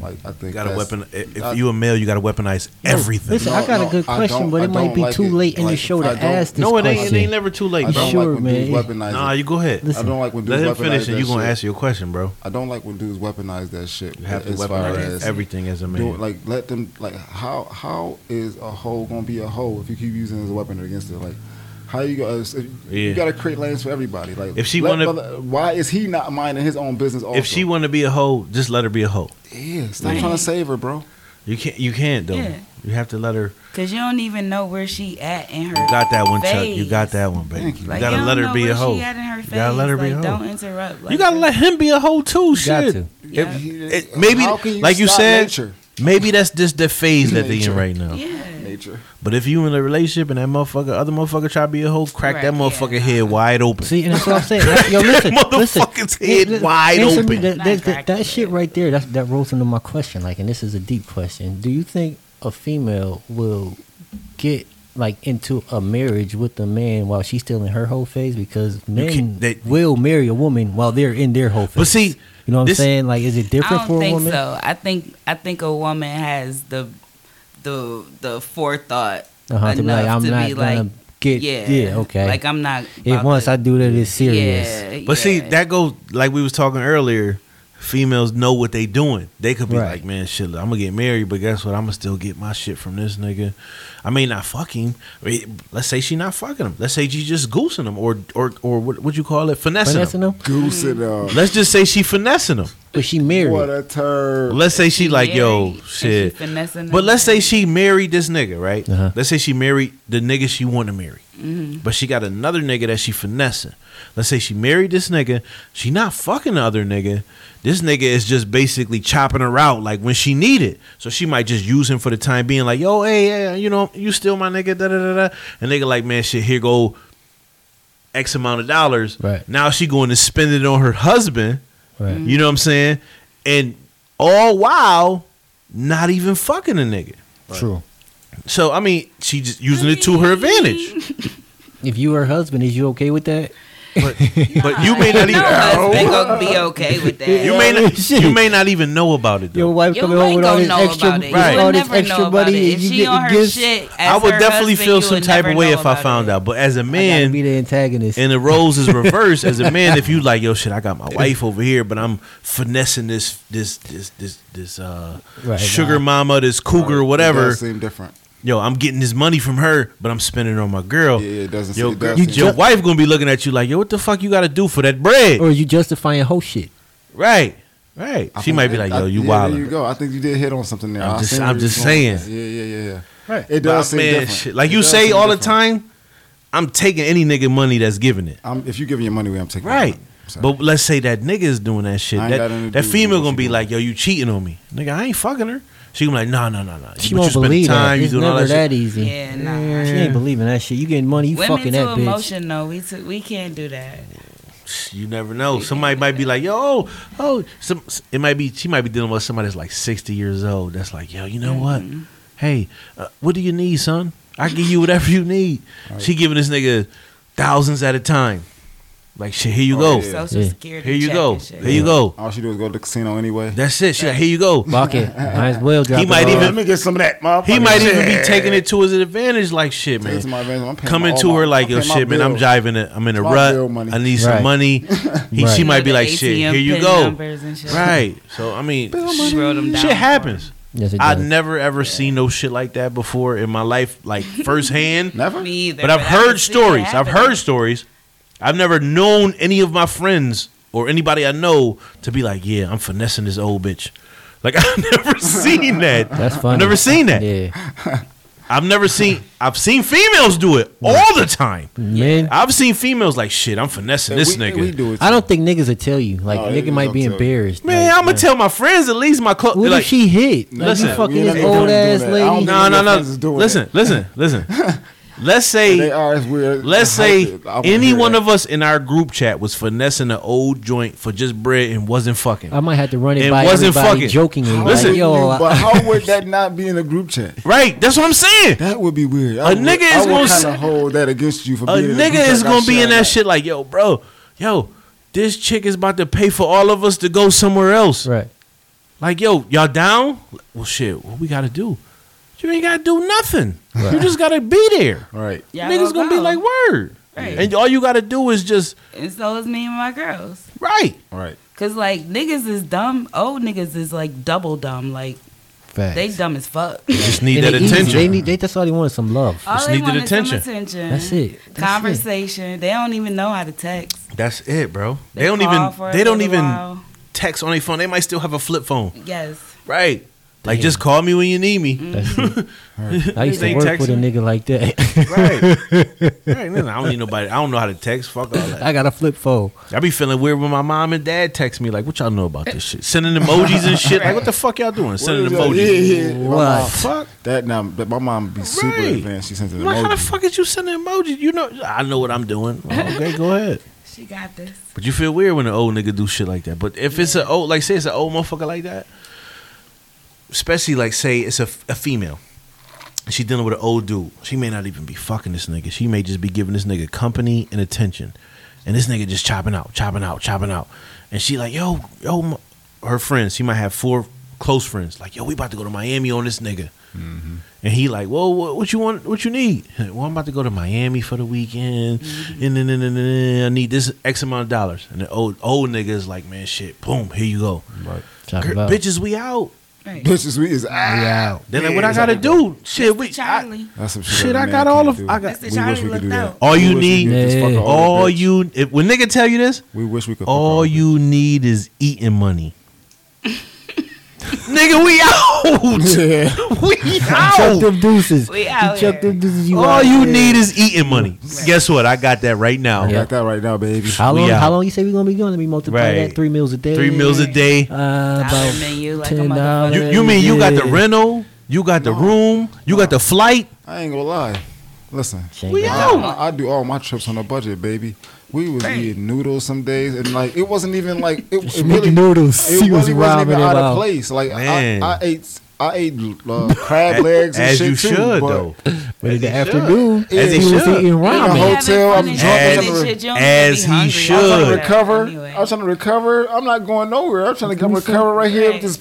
Like I
You
think
got to
that's-
weapon. If
I-
you a male, you got to weaponize everything.
Listen, I
No,
got
no,
a good
I
question,
don't-
but
I
it might
don't
be
like
too
it.
late in the
Like,
show
I
to
don't-
ask this
No, it ain't.
question.
It ain't never too
I
late.
don't
bro.
Sure,
like when dudes
man.
weaponize
Nah,
it.
you go ahead.
I
Listen,
don't like when dudes
Let him
weaponize
finish, and
that
you gonna
shit.
ask your question, bro.
I don't like when dudes weaponize that shit.
You have to
as far
weaponize
as
everything as a man.
do- like let them like how how is a hoe gonna be a hoe if you keep using it as a weapon against it? Like how you gonna if-
Yeah.
you gotta create lanes for everybody? Like
If she
let
wanna-
brother- why is he not minding his own business? Also,
if she want to be a hoe, just let her be a hoe.
yeah, stop
Right.
trying to save her, bro.
You can't. You can't though.
Yeah.
You have to let her.
Cause you don't even know where she at in her.
You got that one, Chuck. You
phase.
got that one, baby.
Thank
You
you.
Like,
gotta
you
let
don't
her
know
be
where
a hoe.
She at in her
You gotta let her
phase.
be a
Like,
hoe.
Don't interrupt. Like,
You gotta let him be a hoe too.
got
Shit.
to.
Yeah.
If he-
It- maybe,
how can
like you
stop
said,
nature?
maybe that's just the phase that they in
Nature.
right now.
Yeah.
nature.
But if you in a relationship and that motherfucker, other motherfucker try to be a hoe, crack
Right,
that
yeah,
motherfucker
nah.
head wide open.
See, and that's what I'm saying. Like, Yo, listen, listen.
Motherfucker's head
Listen,
wide
answer
open.
Me, that, that, that, that
Not
shit right there, that's, that rolls into my question. Like, and this is a deep question. Do you think a female will get like into a marriage with a man while she's still in her whole phase? Because men
can't- that-
will marry a woman while they're in their whole phase.
But see,
you know what I'm
this-
saying? Like, is it
I
different
don't
for a
think
woman?
so. I think I think a woman has the the the forethought
Uh-huh, to be like,
enough
I'm
to
not
be
gonna
like,
get-
yeah,
yeah, okay.
Like I'm not.
If
about
once
to-
I do that, it's serious.
Yeah,
But see,
Uh, yeah.
that goes like we was talking earlier. Females know what they doing. They could be
Right.
like, "Man, shit, I'm gonna get married, but guess what? I'm gonna still get my shit from this nigga. I mean, not fucking. Let's say she not fucking him. Let's say she just goosing him, or or or what would you call it? Finessing,
Finessing
him.
them?
Goose it up.
Let's just say she finessing him.
But she married.
What a turd.
Let's say she like,
married
yo,
and
shit.
she finessing
But
him.
let's say she married this nigga, right?
Uh-huh.
Let's say she married the nigga she want to marry, but she got another nigga that she finessing. Let's say she married this nigga, she not fucking the other nigga. This nigga is just basically chopping her out like when she need it. So she might just use him for the time being, like, yo, hey, hey you know, you still my nigga, da da da da. And nigga like, man, shit, here go X amount of dollars.
Right.
Now she going to spend it on her husband.
Right.
You know what I'm saying? And all while not even fucking a nigga.
True.
So I mean, she just using it to her advantage.
If you her husband, is you okay with that?
But, but you may not
no
even
husband gonna be okay with that.
you may not
Shit.
you may not even know about it
Your
though.
wife
Your
coming home
wife
with all
gonna
this
know
extra,
about it. You
Right.
would
all this
never know
extra
about
money,
it.
and
If
you
she
get
on
the
her
gifts.
shit,
I
as
would
her
definitely
husband,
feel
you
some
would
type of
never
way
know
if I
about
found
it.
out. But as a
I gotta
man,
be the antagonist.
and the roles is reversed as a man if you like yo shit i got my wife over here but i'm finessing this this this this this uh
Right,
sugar
nah.
mama this cougar
It
whatever
does seem different.
yo i'm getting this money from her but i'm spending it on my girl
Yeah, it doesn't.
Oh. Yo,
it does
your
seem
your wife gonna be looking at you like, yo, what the fuck you gotta do for that bread?
or you justifying whole shit.
right, right.
I
she
think
might be
that-
like,
I-
yo, you
yeah, There you
wildin'.
go. I think you did hit on something there.
I'm
I
just-
seen where
I'm
you was
just
going with
saying.
that. Yeah, yeah, yeah, yeah.
Right.
But,
It does seem
man,
different.
shit, Like
It
you
does
say
seem
all the
different.
time, I'm taking any nigga money that's giving it.
I'm, if you giving your money away, I'm taking
Right.
It
But let's say that nigga is doing that shit.
I ain't got nothing
That,
to
that
do with
female
what
gonna
you
be
doing.
like, yo, you cheating on me. Nigga, I ain't fucking her. She gonna be like, nah, nah, nah, nah.
She
But
won't
spending
believe
time,
that.
you
It's
doing all
never
that
that,
shit.
easy.
Yeah, nah.
She ain't believing that shit. You getting money, you
Women
fucking
too
that bitch.
emotional. We too, we can't do that.
You never know. Somebody might be like, yo, oh, some, it might be, she might be dealing with somebody that's like 60 years old. That's like, yo, you know
Mm-hmm.
what? Hey, uh, what do you need, son? I give you whatever you need. She giving this nigga thousands at a time. Like, shit, here you
Oh,
go.
yeah.
Social
Yeah.
security.
Here you
check
go.
and shit.
Here you go.
All she do is go to the casino anyway.
That's it. She like, here you go.
Fuck it. Might as well drop
He
it
might
all.
even-
Let me get some of that, motherfucker.
He might even be
Yeah.
taking it to his advantage, like shit,
Take it to
man.
my advantage. I'm paying
Coming
all
to
my-
her like,
I'm
yo,
paying my
shit, man, I'm
bills.
jiving it. I'm in a
My
rut.
bill money.
I need some
Right.
money. He,
Right.
She
You know
might be
the
like, shit,
ATM
here you
pin
go.
numbers and shit.
Right. So I mean,
She wrote 'em down
shit
for
happens.
Yes, it
I
does.
never ever seen no shit like that before in my life, like firsthand.
Never.
Me either.
but I've
I
heard
can see it
stories. I've heard
happening.
stories. I've never known any of my friends or anybody I know to be like, yeah, I'm finessing this old bitch. Like I've never seen that.
That's funny.
I've never seen that.
Yeah.
I've never seen. I've seen females do it all the time.
Man,
I've seen females like shit. I'm finessing
And
this
we-
nigga.
and We do it.
I don't think niggas would tell you. Like
No,
nigga
niggas
might
don't
be
tell you.
embarrassed.
man,
Like,
I'm gonna tell my friends at least my close.
What
Like,
if she hit? Like,
Listen.
you fucking
We ain't
this
never
old
gonna do
ass
that. I don't
lady.
think
no,
my
no, no.
friends is doing
Listen, listen, listen. Let's
They
say
are as weird.
let's
I hate
say
it. I wanna
any
hear
one
that.
of us in our group chat was finessing an old joint for just bread and wasn't fucking.
I might have to run it,
It
by
wasn't
everybody
fucking-
jokingly.
How
like,
would
yo, I-
but how would that not be in a group chat?
right, that's what I'm saying.
That would be weird.
A nigga is gonna
kind
say-
of hold that against you for
A
being in group
nigga
chat.
is
I
gonna be
share
in that shit like, yo, bro, yo, this chick is about to pay for all of us to go somewhere else.
right.
Like, yo, y'all down? Well, shit, what we gotta do? You ain't gotta do nothing. You just gotta be there.
Right.
Y'all
Niggas gonna be
go.
like, word.
Right.
And all you gotta do is just,
and so is me and my girls.
right.
Right.
Cause like niggas is dumb. Old niggas is like double dumb. Like
Facts.
they dumb as fuck.
Just need
And
that
they easy.
attention.
They need. They, that's all they want is some love.
All
Just
they
needed
want
attention.
is some attention.
That's it. That's it.
Conversation. They don't even know how to text.
That's it, bro. They, don't
call
even
for
they
a
don't
little
even
while.
text on their phone. They might still have a flip phone.
Yes.
Right. Like
Damn.
just call me when you need me.
Mm-hmm.
That's it. I used
They
to work
text
with a
me.
nigga like that.
Right. right. Listen, I don't need nobody. I don't know how to text. Fuck all that.
I got a flip phone.
I be feeling weird when my mom and dad text me like, "What y'all know about this shit?" Sending emojis and shit. Like, what the fuck y'all doing? Sending
What is that?
emojis.
Yeah, yeah. My
What?
mom-
Fuck.
That now, but my mom be super
Right.
advanced. She sends an
Like, how the
emoji.
fuck is you sending emojis? You know, I know what I'm doing. Well, okay, go ahead.
She got this.
But you feel weird when an old nigga do shit like that. But if it's an old, like say it's an old motherfucker like that, especially like say it's a, a female, and she dealing with an old dude. She may not even be fucking this nigga. She may just be giving this nigga company and attention, and this nigga just chopping out, chopping out, chopping out. And she like, yo, yo, m- her friends. She might have four close friends. Like, yo, we about to go to Miami on this nigga. And he like, well, what, what you want? What you need? Well, I'm about to go to Miami for the weekend, and then and then- and then I need this X amount of dollars. And the old old nigga is like, man, shit, boom, here you go.
Right.
Talk
Girl,
about-
bitches, we out.
Right.
Bitches, we is ah. out.
Then like, what I gotta do? Shit, we. I,
Charlie.
That's some shit.
Shit,
that
I
man
got all
can't
of-
do.
I got-
We
Mr.
wish
Charlie
we could do
looked
that.
out.
all
We
you
wish we
need,
could just fuck
Yeah.
all the
all
bitches.
you. If, when nigga tell you this,
We wish we could. fuck
all
the
you need is eating money. nigga, we
bitches.
out.
Yeah.
we
Chuck
out.
them deuces.
We
You
out
chuck
here.
them deuces. You
All
out
Oh, you
here.
need is eating money. Guess what? I got that right now.
I got that right now, baby.
How
We
long?
out.
How long you say we gonna be going? Let me multiply
Right.
that three meals a day.
Three meals a day.
Uh, about
Dollar menu like a
ten
motherfucker.
dollars.
You, you mean you got the rental, you got the room, you got the flight.
I ain't gonna lie. Listen,
We
I,
out.
I, I do all my trips on a budget, baby. We was eating noodles some days, and like it wasn't even like it, it really
Making noodles.
It
She was
really wasn't
robbing
even
it
out
out.
of place. Like I,
Man.
I ate, I ate uh, crab legs and
As
shit
you
too,
should,
but
though.
But in the
As he should.
afternoon,
As he
he was
should.
eating
In a
ramen.
hotel, I'm drunk,
As- as he
I'm trying to
Good.
recover. I'm
Anyway.
trying to recover. I'm not going nowhere. I'm trying to come recover right here with this
As-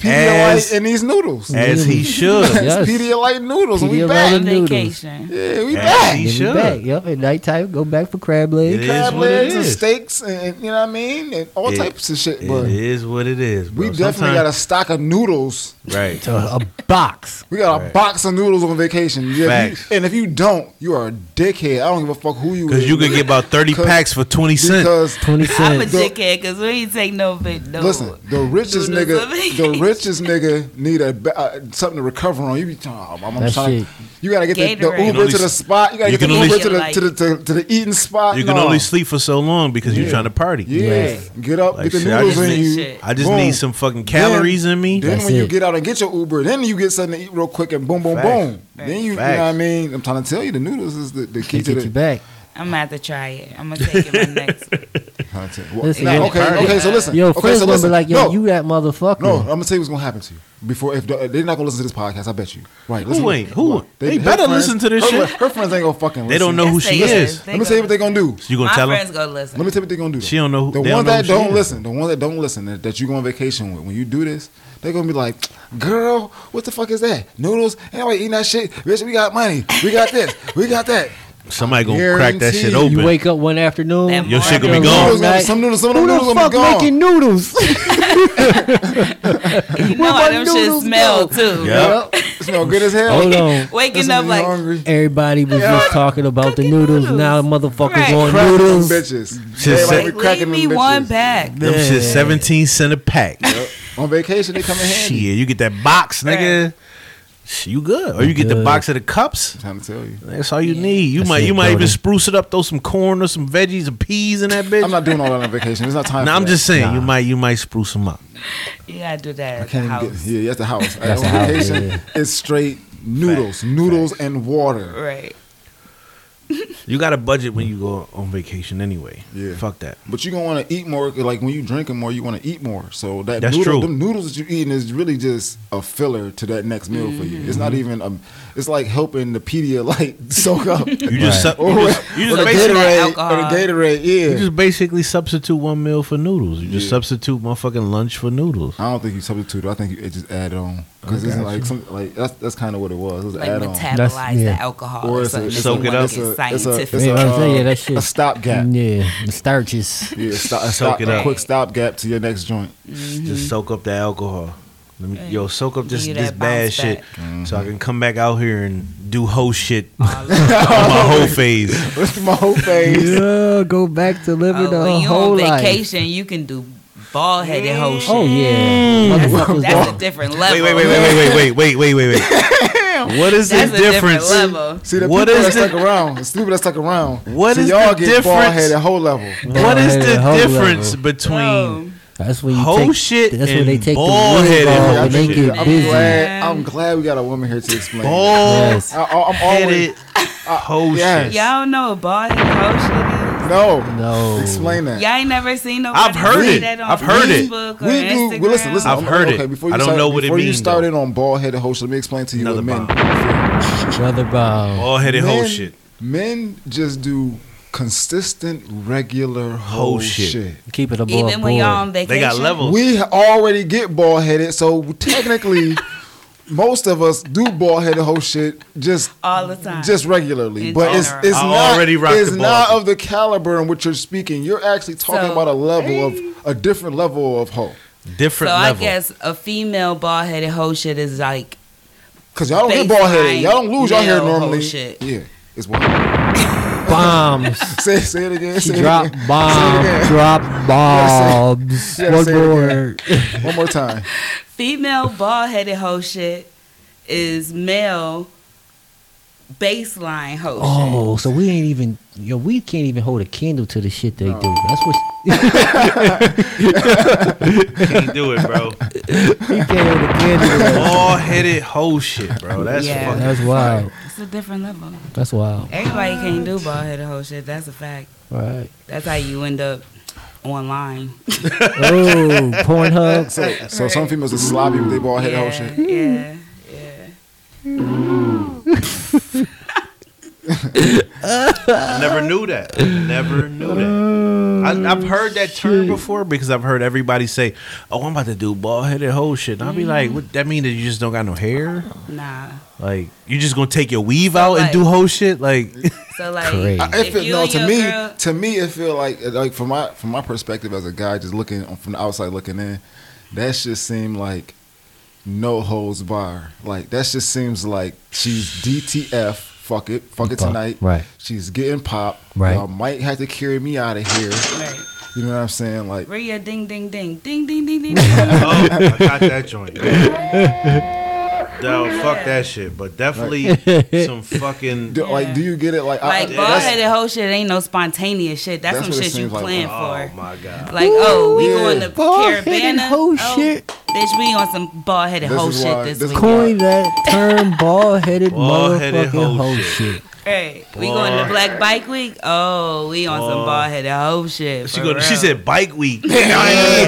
Pedialyte and these noodles.
As he should.
Yeah.
It's
Yes.
Pedialyte noodles. and we
Pedialyte
back.
On
noodles.
vacation.
Yeah, we
As
back.
he
Then we back.
should.
Yep, at nighttime, go back for crab legs.
It is
Crab
what it
legs and
is.
steaks and you know what I mean, and all
It-
types of shit.
It
But
is what it is. Bro.
we definitely got a stock of noodles.
got a right.
to a box.
We got a
Right.
box of noodles on vacation. Yeah, if you-
Facts.
and if you don't, you are a dickhead. I don't give a fuck who you.
Because
is.
you can get about thirty
Cause-
packs for twenty cents.
because
Twenty
I'm a
cents.
dickhead because we ain't take no bit. No.
listen, the richest
Noodles
nigga,
on vacation.
the richest nigga need a ba- uh, something to recover on. You be talking, oh, I'm, I'm
That
trying.
shit.
You gotta get the, the
Gatorade.
Uber
You can
only
to the
s-
spot. You gotta
you
get the
can only-
Uber to the, to the to the to the eating spot.
You can
No.
only sleep for so long because you're trying to party.
Yeah,
Yes.
get up,
Like,
get the
shit, I
noodles
just
in
need
you.
shit.
I just
Boom.
need some fucking calories in me.
Then
That's
when you
it.
get out and get your Uber, then you get something to eat real quick and boom, boom,
Facts.
boom. Then you, you know what I
Facts.
mean. I'm trying to tell you, the noodles is the, the key
They
to
get
the
you back.
I'm gonna have to try it. I'm gonna take it my next. week.
content. Well,
Listen,
nah,
yo,
okay,
Party.
okay, so listen.
Yo,
okay,
friends
so
gonna be
listen.
like, yo,
no,
you that motherfucker.
no, I'm gonna tell you what's gonna happen to you before if the, they're not gonna listen to this podcast. I bet you. Right?
Who
listen-
ain't? Who- they
her
better listen to this
her,
shit.
Her friends ain't gonna fucking. Listen.
They don't know who
Yes,
she
they
is.
is.
Let me tell you what they gonna do.
You gonna
My
tell
friends
them?
go listen.
Let me tell you what they gonna do.
She don't know who-
The
they
ones
don't know
that
who she
don't
is.
listen, the ones that don't listen, that, that you go on vacation with, when you do this, they're gonna be like, "Girl, what the fuck is that? Noodles? Ain't nobody eating that shit. Bitch, we got money. We got this. we got that.
Somebody gonna crack that shit
Guarantee
open.
You wake up one afternoon.
That Your shit
gonna be
after
gone.
a long
Noodles gonna-
night,
some noodles- some
Who
noodles
the
gonna
fuck
be gone."
making noodles?
You know how them shit smell too.
Yep.
It smell good as hell.
Hold on.
Waking
Listen,
up
you
like
hungry.
Everybody was just talking about the
Cooking
noodles.
noodles.
Now motherfuckers
Right.
on
Cracking them
noodles.
bitches.
She said-
Everybody be
leave
cracking
me
them bitches.
one pack.
Them shit seventeen cent a pack.
On vacation, they come in
Shit,
handy.
you get that box, nigga. Shit, You good? Or you get the
good.
box of the cups.
trying to tell you.
That's all you need. You
That's
might
it,
you might
Brody.
even spruce it up, throw some corn or some veggies, some peas in that bitch.
I'm not doing all that on vacation. It's not time.
Now
for
I'm
that.
just saying you might you might spruce them up.
You gotta do that. At
Can't
the
even
house.
get- yeah, that's the house.
That's
on
the house,
vacation,
yeah.
it's straight noodles, noodles and water.
Right.
You got a budget when you go on vacation anyway.
Yeah.
Fuck that.
But you gonna want to eat more. Like when you drinking more, you want to eat more. So that
That's
noodle,
true.
them noodles that you eating is really just a filler to that next meal for you. It's not
Mm.
even. Um, it's like helping the Pedialyte soak up.
You just
Right.
su- you just, you
or
just
the
basically
Gatorade,
alcohol.
or the Gatorade. Yeah.
you just basically substitute one meal for noodles. You just
Yeah.
substitute motherfucking lunch for noodles.
I don't think you substitute. I think you, it just add on because
I
it's
got
like
you.
some like that's that's kind of what it was. It was
Like
add on.
That's-
metabolize
yeah.
the alcohol
Or
or
it's a-
something.
it's
You
a-
wanna
it's
get
a- it's a- it's a- uh,
scientific.
Yeah, I'm saying, yeah, that shit.
a stopgap.
Yeah, the starches.
Yeah, stop, a
Soak
stop,
it
a
up.
quick stopgap to your next joint.
Just soak up the alcohol. Let me,
Right.
yo, soak up this
Mm-hmm. Give you
this
that
bad
bounce
shit,
back.
so
Mm-hmm.
I can come back out here and do whole shit on
All that.
my whole phase.
With my whole face.
Yeah, go back to living
Oh,
a
when you
whole
on
life.
vacation, you can do bald headed whole shit.
Oh yeah, motherfuckers.
That's a different level.
Wait, wait, wait, wait, wait, wait, wait, wait, wait, wait. What is
That's
the
a different
difference?
level.
See the
What
people
is
that
the-
stuck around. It's the people that stuck around.
What
so
is
y'all
the
get bald
difference?
headed whole level.
What is the
Bald-headed whole
difference
level.
between
That's when you
whole
take,
shit
That's when they
and
take the
bald
wheels
headed
off
whole
and they
shit.
get
I'm
busy.
glad. I'm glad we got a woman here to explain. it.
bald
Yes.
I, I, I'm always
headed whole
yes.
shit?
Y'all don't know what bald headed whole shit is?
no
No.
Explain that.
Y'all ain't never seen no.
I've heard it.
That on
I've heard it.
Facebook
We
Or
do.
Instagram.
Well, listen, listen.
I've
I'm-
heard
okay,
it.
before you
I don't
start,
know what it
before you
means,
start in on bald headed whole shit, let me explain to you
Another
what men.
bomb.
Brother Bob.
Bald headed whole
men,
shit.
men just do consistent, regular whole,
Whole shit. Oh.
shit.
Keep it above
Even
board.
when y'all on vacation,
They got levels.
We already get bald headed, so technically, most of us do bald headed whole shit just
all the time.
just regularly.
In
but it's
general.
it's
I
not
already rocked
it's
the ball.
not of the caliber in which you're speaking. You're actually talking
So-
about a level of a different level of hoe.
Different
so
level.
I guess a female bald headed whole shit is like
Cause y'all don't get bald headed. Y'all don't lose y'all hair
Baseline male hoe
normally.
shit.
Yeah, it's wild.
bombs.
Say, say it again.
She
say
drop
it again.
bombs. Drop bombs.
You gotta
One
say it again.
more.
One more time.
female bald headed hoe shit is male baseline hoe shit.
Oh, so we ain't even yo. We can't even hold a candle to the shit they do. That's what
Can't do it, bro.
we can't hold a candle. To that.
Bald headed whole shit, bro. That's
Yeah.
fucking.
That's wild.
It's a different level.
That's wild.
Everybody can't do bald headed hoe shit. That's a fact.
All right.
That's how you end up online.
Oh, Pornhub.
So, so some females are sloppy with their bald headed whole
Yeah,
shit.
yeah,
Hmm.
yeah.
I never knew that. I never knew that. I, I've
Oh,
heard that term before because I've heard everybody say, "Oh, I'm about to do bald headed whole shit." And I'll be like, "What? That mean that you just don't got no hair?
Nah.
Like you just gonna take your weave out and
Oh. like-
do whole shit? Like
So like,
Crazy.
I- It
if
feel,
you
no,
and
to
your
me,
girl,
to me, it feel like like from my from my perspective as a guy, just looking from the outside looking in, that just seemed like no holds bar. Like that just seems like she's DTF. Fuck it, fuck it
Fuck,
tonight.
right.
She's getting pop.
Right.
Y'all might have to carry me out of here.
right,
You know what I'm saying? Like
where your ding ding ding ding ding ding ding. ding.
Oh, I got that joint. No, fuck that shit. But definitely some fucking. oh
do, like do you get it? Like,
Like
Yeah,
bald
that's-
headed whole shit ain't no spontaneous shit. That's,
That's
some
what it
shit you
seems like.
plan
Oh
for.
my god.
Like, oh, we
Ooh,
going
yeah.
to
Bald-headed
Caravana.
hoe
oh,
shit.
Bitch, we on some bald headed
This
whole
is
shit
why-
this
this is
week.
why-
Coin that term, bald headed
Bald-headed
motherfucking
hoe
hoe
shit.
shit.
Hey, we going
Bald.
to Black Bike Week. Oh, we on some
Bald.
bald headed whole shit.
She
for
go. She
real.
said bike week.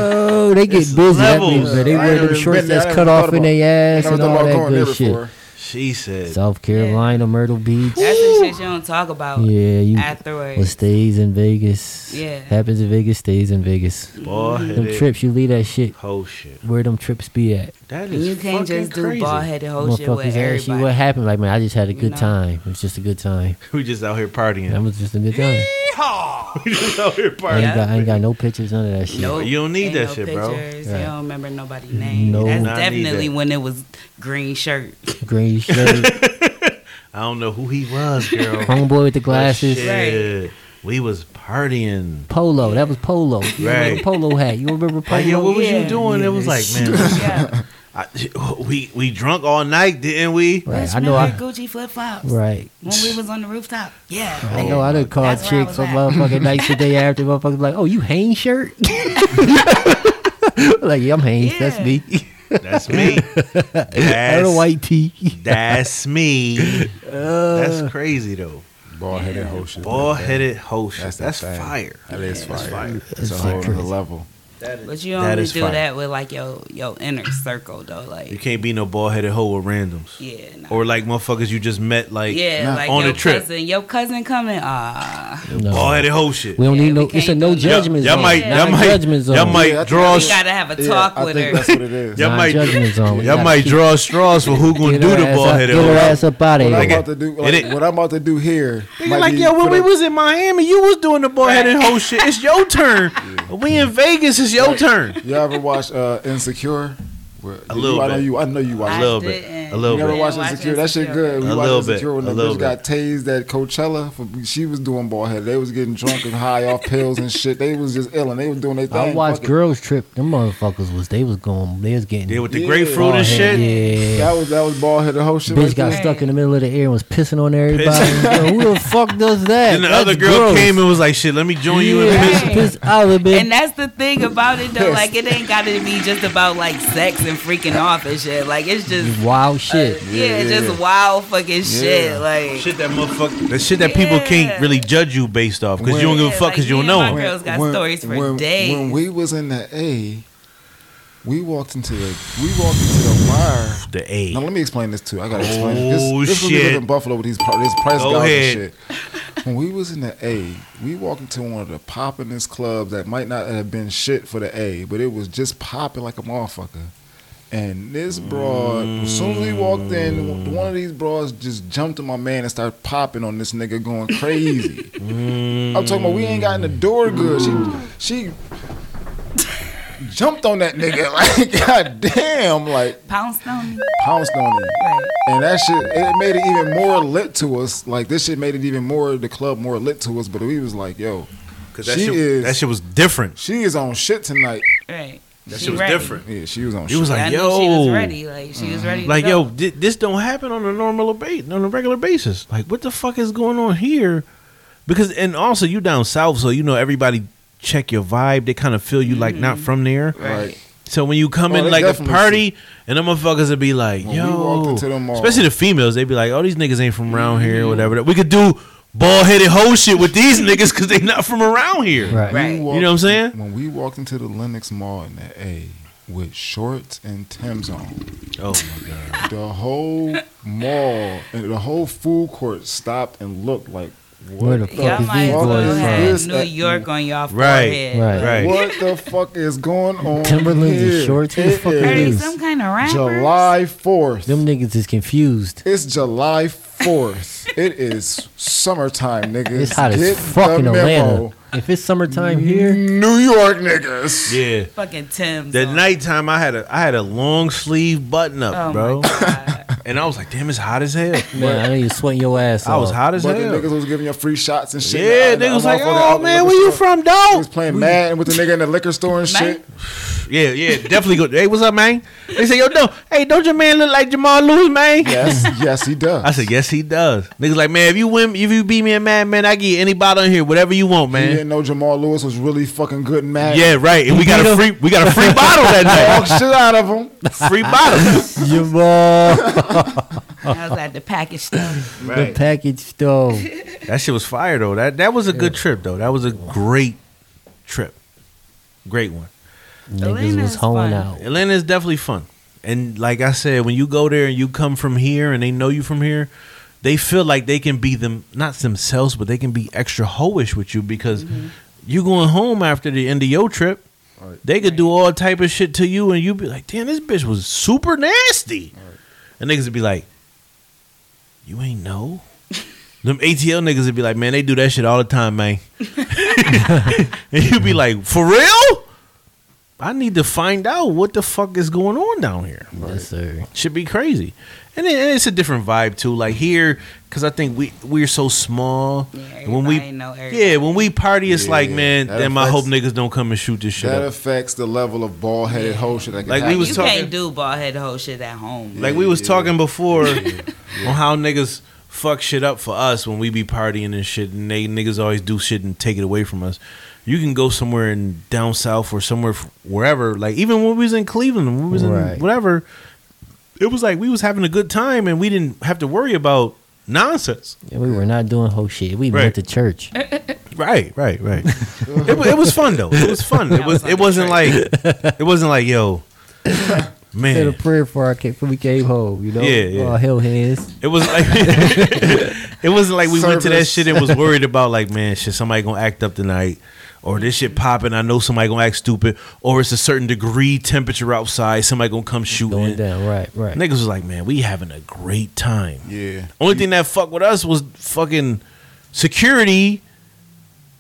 Oh, they get
It's
busy. That
levels.
means, but they
I
wear
never
them shorts
been there.
that's
I
cut
never
off
thought
in their ass
never
and
thought
all
about
that
going there
good shit.
before.
She said.
South Carolina, Myrtle Beach.
That's the shit you don't talk about
Yeah, you what
afterwards.
stays in Vegas.
Yeah.
Happens in Vegas, stays in Vegas.
Bald
Them
headed
trips, you leave that shit
whole shit.
where them trips be at.
That is
You can't
fucking
just do
crazy.
bald headed whole Oh, shit with
ask you what
everybody.
happened. Like, man, I just had a
You
good
know?
time. It was just a good time.
We just out here
That
partying.
was just a good time.
we just out here
I,
partying.
ain't got, I ain't got no pictures, none of that shit.
Nope.
You don't need
Ain't
that
no
shit, bro.
pictures.
Right.
You don't remember nobody's name.
No.
That's
Not need
definitely
that.
when it was green shirt.
Green shirt,
I don't know who he was, girl. But
homeboy with the glasses,
shit, We was partying.
polo. That was polo. You remember
Right.
polo hat. You remember polo?
Like, yo, what was
yeah.
you doing? It was like, man,
Yeah.
I, we we drunk all night, didn't we?
Right,
Bitch,
I know.
remember
I,
Gucci flip flops.
right.
When we was on the rooftop. Yeah.
I know I done called
That's where I
chicks
was
on
at.
motherfucking nights the day after. Motherfuckers like, oh, you Hanes shirt? like, yeah, I'm Hanes. That's
Yeah.
me.
That's me. That's, E.
I a white tee.
Uh.
that's me. That's crazy though.
Bald headed whole shit.
Ball headed hoe shit.
That's
That's,
the thing.
fire.
That is
Yeah, that's
fire.
fire.
That's a
It's
whole
crazy.
other level.
But you
That
only
is
do
fire.
that with like your your inner circle though, like
You can't be no ball headed hoe with randoms.
yeah, nah.
Or like motherfuckers you just met like
yeah,
nah.
like
on
your
a trip.
cousin, your cousin coming, ah,
No.
ball headed hoe shit.
We don't
Yeah,
need no.
we
It's a
can't
no
do that.
judgment
Y'all
zone.
might,
Yeah.
Not
y'all
a
might,
judgment zone.
y'all might
Yeah, I
draw.
think
you gotta have a talk
I
with
think
her.
that's what it is.
Y'all
Not
might,
judgment zone. We
y'all
gotta
might
keep-
draw straws for who gonna
Get
do
her
the
ass
ball
up-
headed
Get her
hoe.
ass up out of
What I'm
Nigga,
here.
about to do,
it
like,
ain't-
what I'm about to do here.
Nigga,
might
like
be
yo, when
for
we
the-
was in Miami, you was doing the ball headed hoe shit. It's your turn. We in Vegas, it's your turn.
You ever watch uh, Insecure? Where-
A
you-
little
I know
bit.
you. I know you watch.
A
I
it.
little bit.
didn't.
A little
You never
bit.
watched
watch
Insecure? That shit
Insecure.
good. We
A
watched
little bit.
Insecure when
A
the
little
bitch got tased at Coachella. For, she was doing ball head. They was getting drunk and high off pills and shit. They was just ill and they was doing their thing.
I watched
Fuck it.
Girls Trip. Them motherfuckers was they was going. They was getting.
Deal with the
Yeah.
grapefruit
Oh,
and
hell
shit.
Yeah.
That was that was ball head. The whole shit.
Bitch
Right
got
there.
stuck in the middle of the air and was pissing on everybody. Yo, who the fuck does that?
Then the
That's
other girl
gross.
came and was like, "Shit, let me join you in
Yeah,
this."
Right.
piss out of
And
it.
that's the thing about it though, like it ain't gotta be just about like sex and freaking off and shit. Like it's just
Wild
uh,
shit.
yeah, it's
yeah,
just
yeah.
wild fucking
Yeah.
shit. Like
Shit that motherfucker. That shit that people can't
Yeah.
really judge you based off because you don't
Yeah,
give a fuck
like,
because you don't
me
know.
and my
him.
Girls got stories for
when,
days.
When we was in the A, we walked into the we walked into the bar.
The
Now
A.
let me explain this too. I gotta explain this.
Oh,
this. This was when we
shit.
was in Buffalo with these pri- this price
Go
gouging
ahead.
shit. When we was in the A, we walked into one of the poppin'est clubs that might not have been shit for the A, but it was just popping like a motherfucker. And this broad, as soon as we walked in, one of these broads just jumped on my man and started popping on this nigga, going crazy.
Mm.
I'm talking about we ain't gotten the door good. She, she jumped on that nigga like, god damn, like
pounced on me.
pounced on him.
Right.
And that shit, it made it even more lit to us. Like this shit made it even more the club more lit to us. But we was like, yo,
'Cause that
She
shit,
is-
that shit was different.
she is on shit tonight.
Right.
That
She
shit was
ready.
different.
Yeah, she was on.
It was
shit.
like,
I
yo, Mm-hmm.
knew she was ready. Like she was ready. to
like
go.
yo, thi- this don't happen on a normal base, on a regular basis. Like, what the fuck is going on here? Because and also you down south, so you know everybody check your vibe. They kind of feel you like
Mm-hmm.
not from there.
Right.
So when you come
Oh,
in
they
like a
definitely
party, and them motherfuckers would be like,
When we walked
"Yo,"
into Mm-hmm. them all-
especially the females, they'd be like, "Oh, these niggas ain't from around here, or whatever." We could do ball headed hoe shit with these niggas because they not from around here.
Right.
Right.
We
You
walked-
know what I'm saying?
When we walked into the Lenox Mall in the A with shorts and Tim's on,
Oh my god,
the whole mall and the whole food court stopped and looked like, what
Where the fuck
Y'all
is
might
these
as well
boys
have
from?
New York on y'all
mm. Right.
forehead.
Right.
Right.
What the fuck is going on?
Timberlands and
here?
shorts? Who the
It
fuck are
is
Heard
Yes.
some kind of rappers.
July 4th.
Them niggas is confused.
It's July 4th. it is summertime, niggas.
It's hot
Get
as fuck
the
in
memo.
Atlanta. If it's
Mm-hmm.
summertime here,
New York niggas.
yeah.
Fucking Tim's.
That
on.
nighttime, I had a I had a long sleeve button up,
Oh
bro,
my God.
and I was like, "Damn, it's hot as hell."
man, I know you're sweating your ass off.
I was hot as
But the
hell.
niggas was giving you free shots and shit.
yeah,
And I-
niggas
I
was like,
off on the-
"Oh
off the
man,
liquor
where you
store."
from,
He
dog?"
was playing Madden with the nigga in the liquor store and
Man.
shit.
Yeah, yeah, definitely go. They was up, man. They said, "Yo, no, hey, don't your man look like Jamal Lewis, man?"
Yes, yes, he does.
I said, "Yes, he does." Niggas like, "Man, if you win, if you beat me in Mad Man, I get you any bottle in here, whatever you want,
He
man."
didn't know Jamal Lewis was really fucking good in Madden.
Yeah, right. And we got
beat
a
him.
free, we got a free bottle that
Fuck shit out of him.
night. Free bottle.
Your ball,
I was at the package store.
the package store.
That shit was fire though. That that was a good trip though. That was a great trip, great one.
Niggas was
Atlanta's
hoeing
fun.
out.
Atlanta is definitely fun. And like I said, when you go there and you come from here and they know you from here, they feel like they can be them not themselves, but they can be extra hoish with you because you going home after the end of your trip. They could do all type of shit to you and you be like, damn, this bitch was super nasty. And niggas would be like, You ain't know? Them ATL niggas would be like, man, they do that shit all the time, man. and you'd be like, for real? I need to find out what the fuck is going on down here.
Yes, sir.
Should be crazy. And it, and it's a different vibe too. Like here, because I think we we're so small.
Yeah,
And when we
everybody know everybody.
yeah, when we party, it's
Yeah,
like man,
that
damn. I hope
affects-
niggas don't come and shoot this shit
That
up.
affects the level of ball headed hoe shit. That can
Like we
happen.
was
you
talking-
can't do bald head whole shit at home.
like we was talking before on how niggas fuck shit up for us when we be partying and shit, and they niggas always do shit and take it away from us. You can go somewhere in down south or somewhere f- wherever. Like even when we was in Cleveland, when we was
Right.
in whatever, it was like we was having a good time and we didn't have to worry about nonsense.
Yeah, we were not doing whole shit. We
Right.
went to church.
Right, right, right. it, wa- it was fun though. It was fun. It
I
was.
was on
It
the
wasn't like. It wasn't like yo,
Said a
man.
prayer for our came, we came home. You know,
Yeah, yeah.
all hell hands.
It was like. it wasn't like we went to that
Service.
shit and was worried about like man, shit. Somebody gonna act up tonight, or this shit popping. I know somebody gonna act stupid, or it's a certain degree temperature outside. Somebody gonna come
Going
shooting.
down, right, right.
Niggas was like, man, we having a great time.
Yeah.
Only thing that fucked with us was fucking security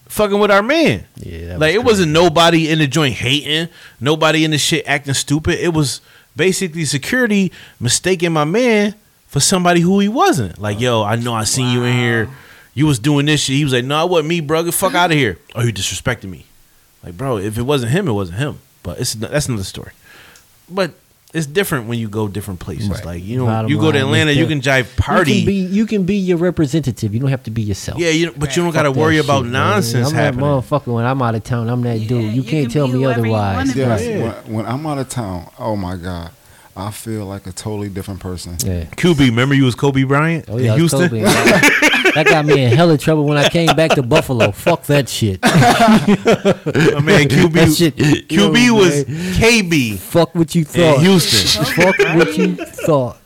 fucking with our man.
Yeah, that
like
was
it wasn't nobody in the joint hating, nobody in the shit acting stupid. It was basically security mistaking my man for somebody who he wasn't. Like, yo, I know I seen you in here. You was doing this shit. He was like, no, it wasn't me, bro. Get fuck out of here. Oh, you disrespected me. Like, bro, if it wasn't him, it wasn't him. But it's that's another story. But it's different when you go different places.
Right.
Like you know,
Bottom
you go
line
to
is
Atlanta, you
that
can jive party.
You can, be, you can be your representative. You don't have to be yourself.
yeah, you don't- but you don't got to
Fuck that
worry
shit,
about
man.
nonsense
I'm
happening.
that motherfucker when I'm out of town. I'm that
Yeah,
dude. You,
you
can't
can
tell
be
me
whoever you
otherwise.
wanna be.
Yes.
Yeah.
When, when I'm out of town, oh my god, I feel like a totally different person.
Yeah.
QB, remember you was Kobe Bryant
Oh yeah,
in
I was
Houston.
Kobe. that got me in hella trouble when I came back to Buffalo. Fuck that shit.
My man,
That
QB,
shit-
QB
Yo,
was
man.
KB
Fuck what you
in
thought.
Houston.
Fuck what you thought.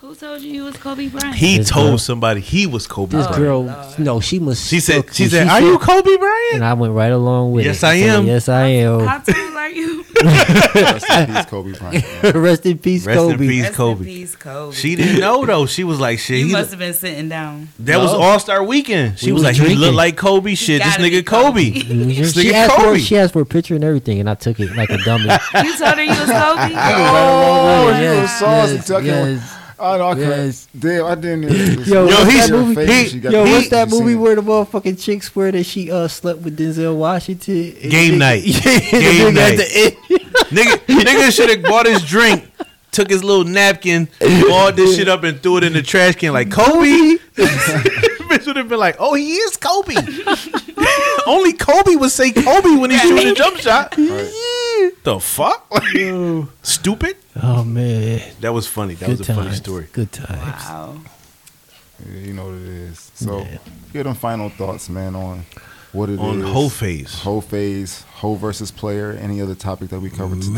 Who told you you was Kobe Bryant?
He
This
told
girl-
somebody he was Kobe
This
Bryant.
girl, no, she was.
she said,
shook
she
when
said, are you Kobe
And
Bryant?
I went right along with
Yes,
it.
I
said,
am.
Yes, I
How
Oh.
am.
tall are you?
Rest in peace, Kobe Bryant.
Rest in peace,
Rest in
Kobe.
peace. He's
Rest in
Kobe.
peace, Kobe.
She didn't know though. She was like, shit.
You
he-
must have been sitting down.
that was
No.
All Star Weekend. She
We
was
was
like, he look
drinking.
like Kobe. Shit, this
gotta be
nigga Kobe. This
Mm-hmm. She
nigga
asked, for,
Kobe.
she asked for a picture and everything, and I took it like a dummy.
You told her you was Kobe.
Oh,
yeah,
you were
yes,
saucy,
yes,
Tucker.
yes.
I know. Oh, I
Yes.
yes. Damn, I didn't. Even
Yo,
Yo,
what's
he's-
that movie?
he-
She got
Yo,
the-
what's that
you seen
movie
it?
where the motherfucking chick swear that she uh slept with Denzel Washington? And
Game
the nigga-
night.
Yeah, the
Game
nigga at
night.
the end.
nigga, nigga should have bought his drink, took his little napkin, balled this shit up, and threw it in the trash can like Kobe. Bitch would have been like, "Oh, he is Kobe." Only Kobe would say Kobe when he shoots a jump shot. The fuck, stupid.
Oh man,
That was funny. That
good
was a
times.
funny story.
Good times.
Wow.
Yeah, you know what it is. So,
Yeah.
here are them final thoughts, man, on what it is.
On whole phase,
Whole phase, hoe versus player, any other topic that we covered today.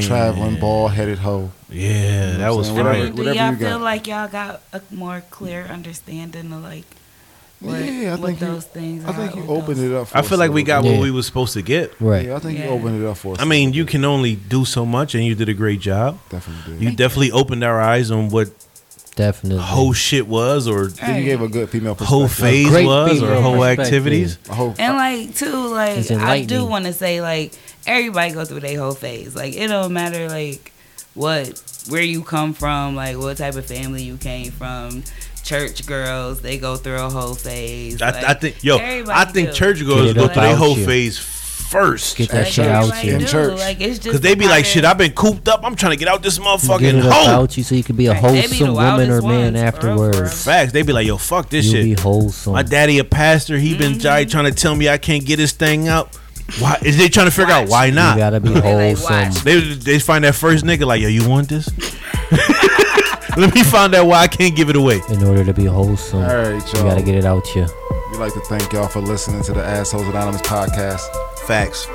Man.
Traveling, ball headed hoe.
yeah, that was
So
I
whatever-
mean,
funny.
do
whatever
y'all
you got.
feel like y'all got a more clear understanding of like what,
Yeah, I
what
think you-
those things
I
are?
think you
what
opened
those-
it up for
I feel
us
like
a
we
little
got what
Yeah.
we was supposed to get.
bit.
Right.
Yeah, I think you
Yeah.
opened it up for us.
I mean, you can only do so much, and you did a great job.
Definitely did.
You definitely opened our eyes on what
Definitely.
whole shit was or
I think you gave a good female perspective.
whole phase
great
was or
female
whole
perspective.
activities.
A whole-
And like
It's
too, like I do
enlightening.
want to say like everybody go through their whole phase. Like it don't matter like what where you come from, like what type of family you came from. Church girls, they go through a whole phase.
I,
like,
I think yo, I
everybody
think
do.
church girls
Get it
go
up
through their
out
whole
you.
phase first.
Get that
Like,
shit out
everybody
you.
In
do.
church.
Like it's just
Cause they be like,
part
shit,
of-
I've been cooped up. I'm trying to get out this
Get
motherfucking
it up
hole.
out you so you can be a
Right, they be the
wholesome woman or
wildest
man
ones, for real, for
afterwards.
Facts. They be like, yo, fuck this
You'll be
shit.
wholesome.
My daddy a pastor. He
Mm-hmm.
been jai trying to tell me I can't get this thing out. Why is they trying to figure out
Watch.
why
you
not?
gotta be
They like,
wholesome.
watch.
They they find that first nigga like, yo, you want this? Let me find out why I can't give it away.
In order to be wholesome,
All right,
you
y'all.
gotta get it out you.
We'd like to thank y'all for listening to the Assholes Anonymous podcast.
Facts.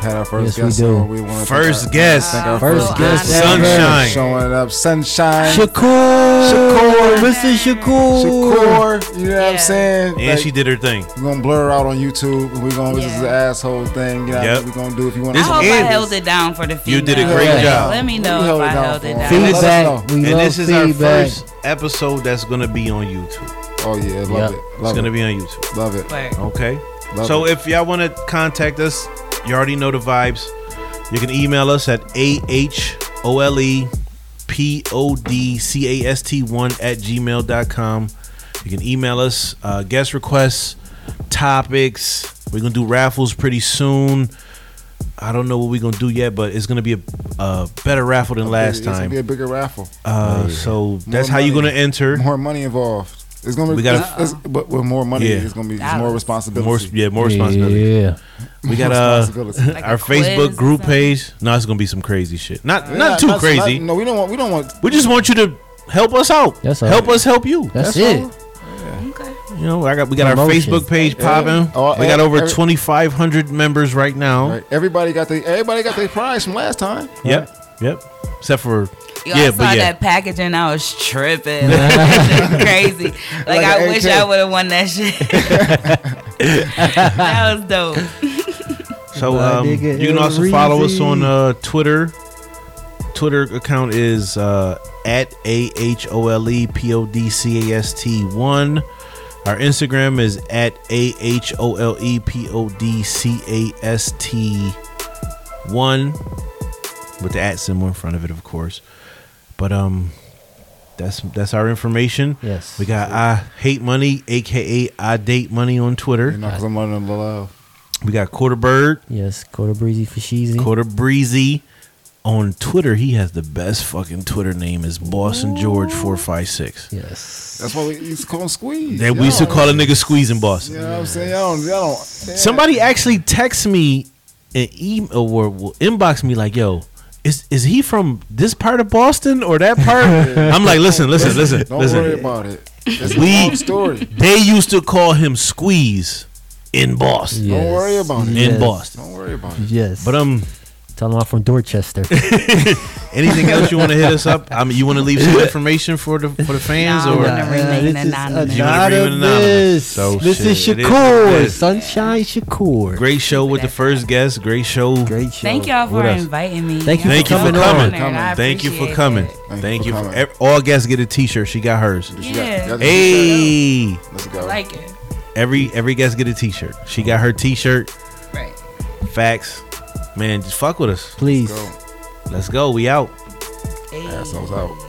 Had our first
Yes, we
guest
do.
on. We wanna
First
thank
guest.
our- thank our
First guest
ever. Sunshine.
showing up. Sunshine.
Shakur,
Shakur.
Mr. Shakur,
Shakur, you know what
Yeah.
I'm saying?
And she did her thing.
we're gonna blur her out on YouTube. and We're gonna this is
Yeah.
the asshole thing. You know
Yep.
what we're gonna do if you want
I
This
hope
is-
I held it down for the
You
female.
did a great
Yeah.
job.
Let me know
You
if
held it
I
down
held
for
it
us.
down.
Let us
Feedback.
know.
We
and
love
this is our
feedback.
first episode that's gonna be on YouTube.
Oh yeah, love
Yep.
it.
It's
Love
gonna
it.
be on YouTube.
love it.
Word.
Okay.
Love
so
it.
if y'all wanna contact us, you already know the vibes. You can email us at A H O L E P O D C A S T one at gmail.com. You can email us uh, guest requests, topics. We're gonna do raffles pretty soon. I don't know what we're gonna do yet, but it's gonna be a, a better raffle than last
It's gonna
time.
be a bigger raffle.
Uh, so that's how you're
money.
gonna enter.
More money involved. It's gonna be.
We gotta-
it's- it's- but with more money,
Yeah.
it's gonna be it's
Dollars.
more responsibility.
More, yeah, more responsibility.
Yeah,
We got
responsibility.
uh,
Like
our
a quiz
Facebook
or
group
something?
page. No, it's gonna be some crazy shit. Not
Yeah,
not too
that's-
crazy.
no, we don't want. We don't want.
We just want you to help us out.
That's all.
help us help you.
That's,
all.
it.
Okay.
You know, I got we got
Promotion.
our Facebook page popping.
Oh,
we got
eh,
over
every-
twenty five hundred members right now.
Right? Everybody got their everybody got their prize from last time.
Yep, yep. Except for
Yo,
yeah,
I saw
but yeah.
that package and I was tripping. Like, that shit crazy. Like,
Like
I
an
wish
AK.
I would have won that shit. that was dope.
So
My
um, you
nigga
can also
Easy.
follow us on uh, Twitter. Twitter account is uh, at a h o l e p o d c a s t one. Our Instagram is at a h o l e p o d c a s t one with the at symbol in front of it, of course. But um, that's that's our information.
Yes.
we got I hate money, aka I date money on Twitter.
You know, because I'm learning the love.
We got Quarterbird.
Yes, quarter breezy for
Hmm?
cheesy.
Quarter Breezy on Twitter. He has the best fucking Twitter name is Boston George four five six.
Yes.
That's why we used to call him squeeze.
That we used to call a nigga squeezing Boston.
You know what I'm saying? Y'all don't. Y'all don't
Somebody actually texts me an email or will inbox me like, "Yo, is is he from this part of Boston or that part?" I'm like, "Listen, listen, listen,
Don't
listen."
worry about it. It's a
We-
long story.
They used to call him Squeeze in Boston.
Yeah.
Don't
Yes.
worry about it.
In
Yes.
Boston.
Don't worry about it.
Yes.
But um,
tell them I'm from Dorchester.
anything else you want to hit us up? I mean, you want to leave some information for the for the fans
Nah,
or?
nah. remain anonymous.
You wanna remain anonymous. So
this is
shit, it is
Shakur,
what it is.
Sunshine Shakur.
Great show with the first guest. Great show.
Great show.
Thank y'all
What
for
else?
inviting me.
Thank you
Y'all
Thank you
was
for
so
coming.
honored. I
Thank you for
appreciate
coming.
it.
Thank you
Thank you. For
for coming.
ev- all guests get a T-shirt. She got hers.
You got-
Yeah.
you got to do
Hey,
that. Let's
I
go.
like it.
every every guest get a T-shirt. She got her T-shirt.
Right.
Facts, man. Just fuck with us.
Please.
go.
Let's go. We out.
Hey.
Assholes out.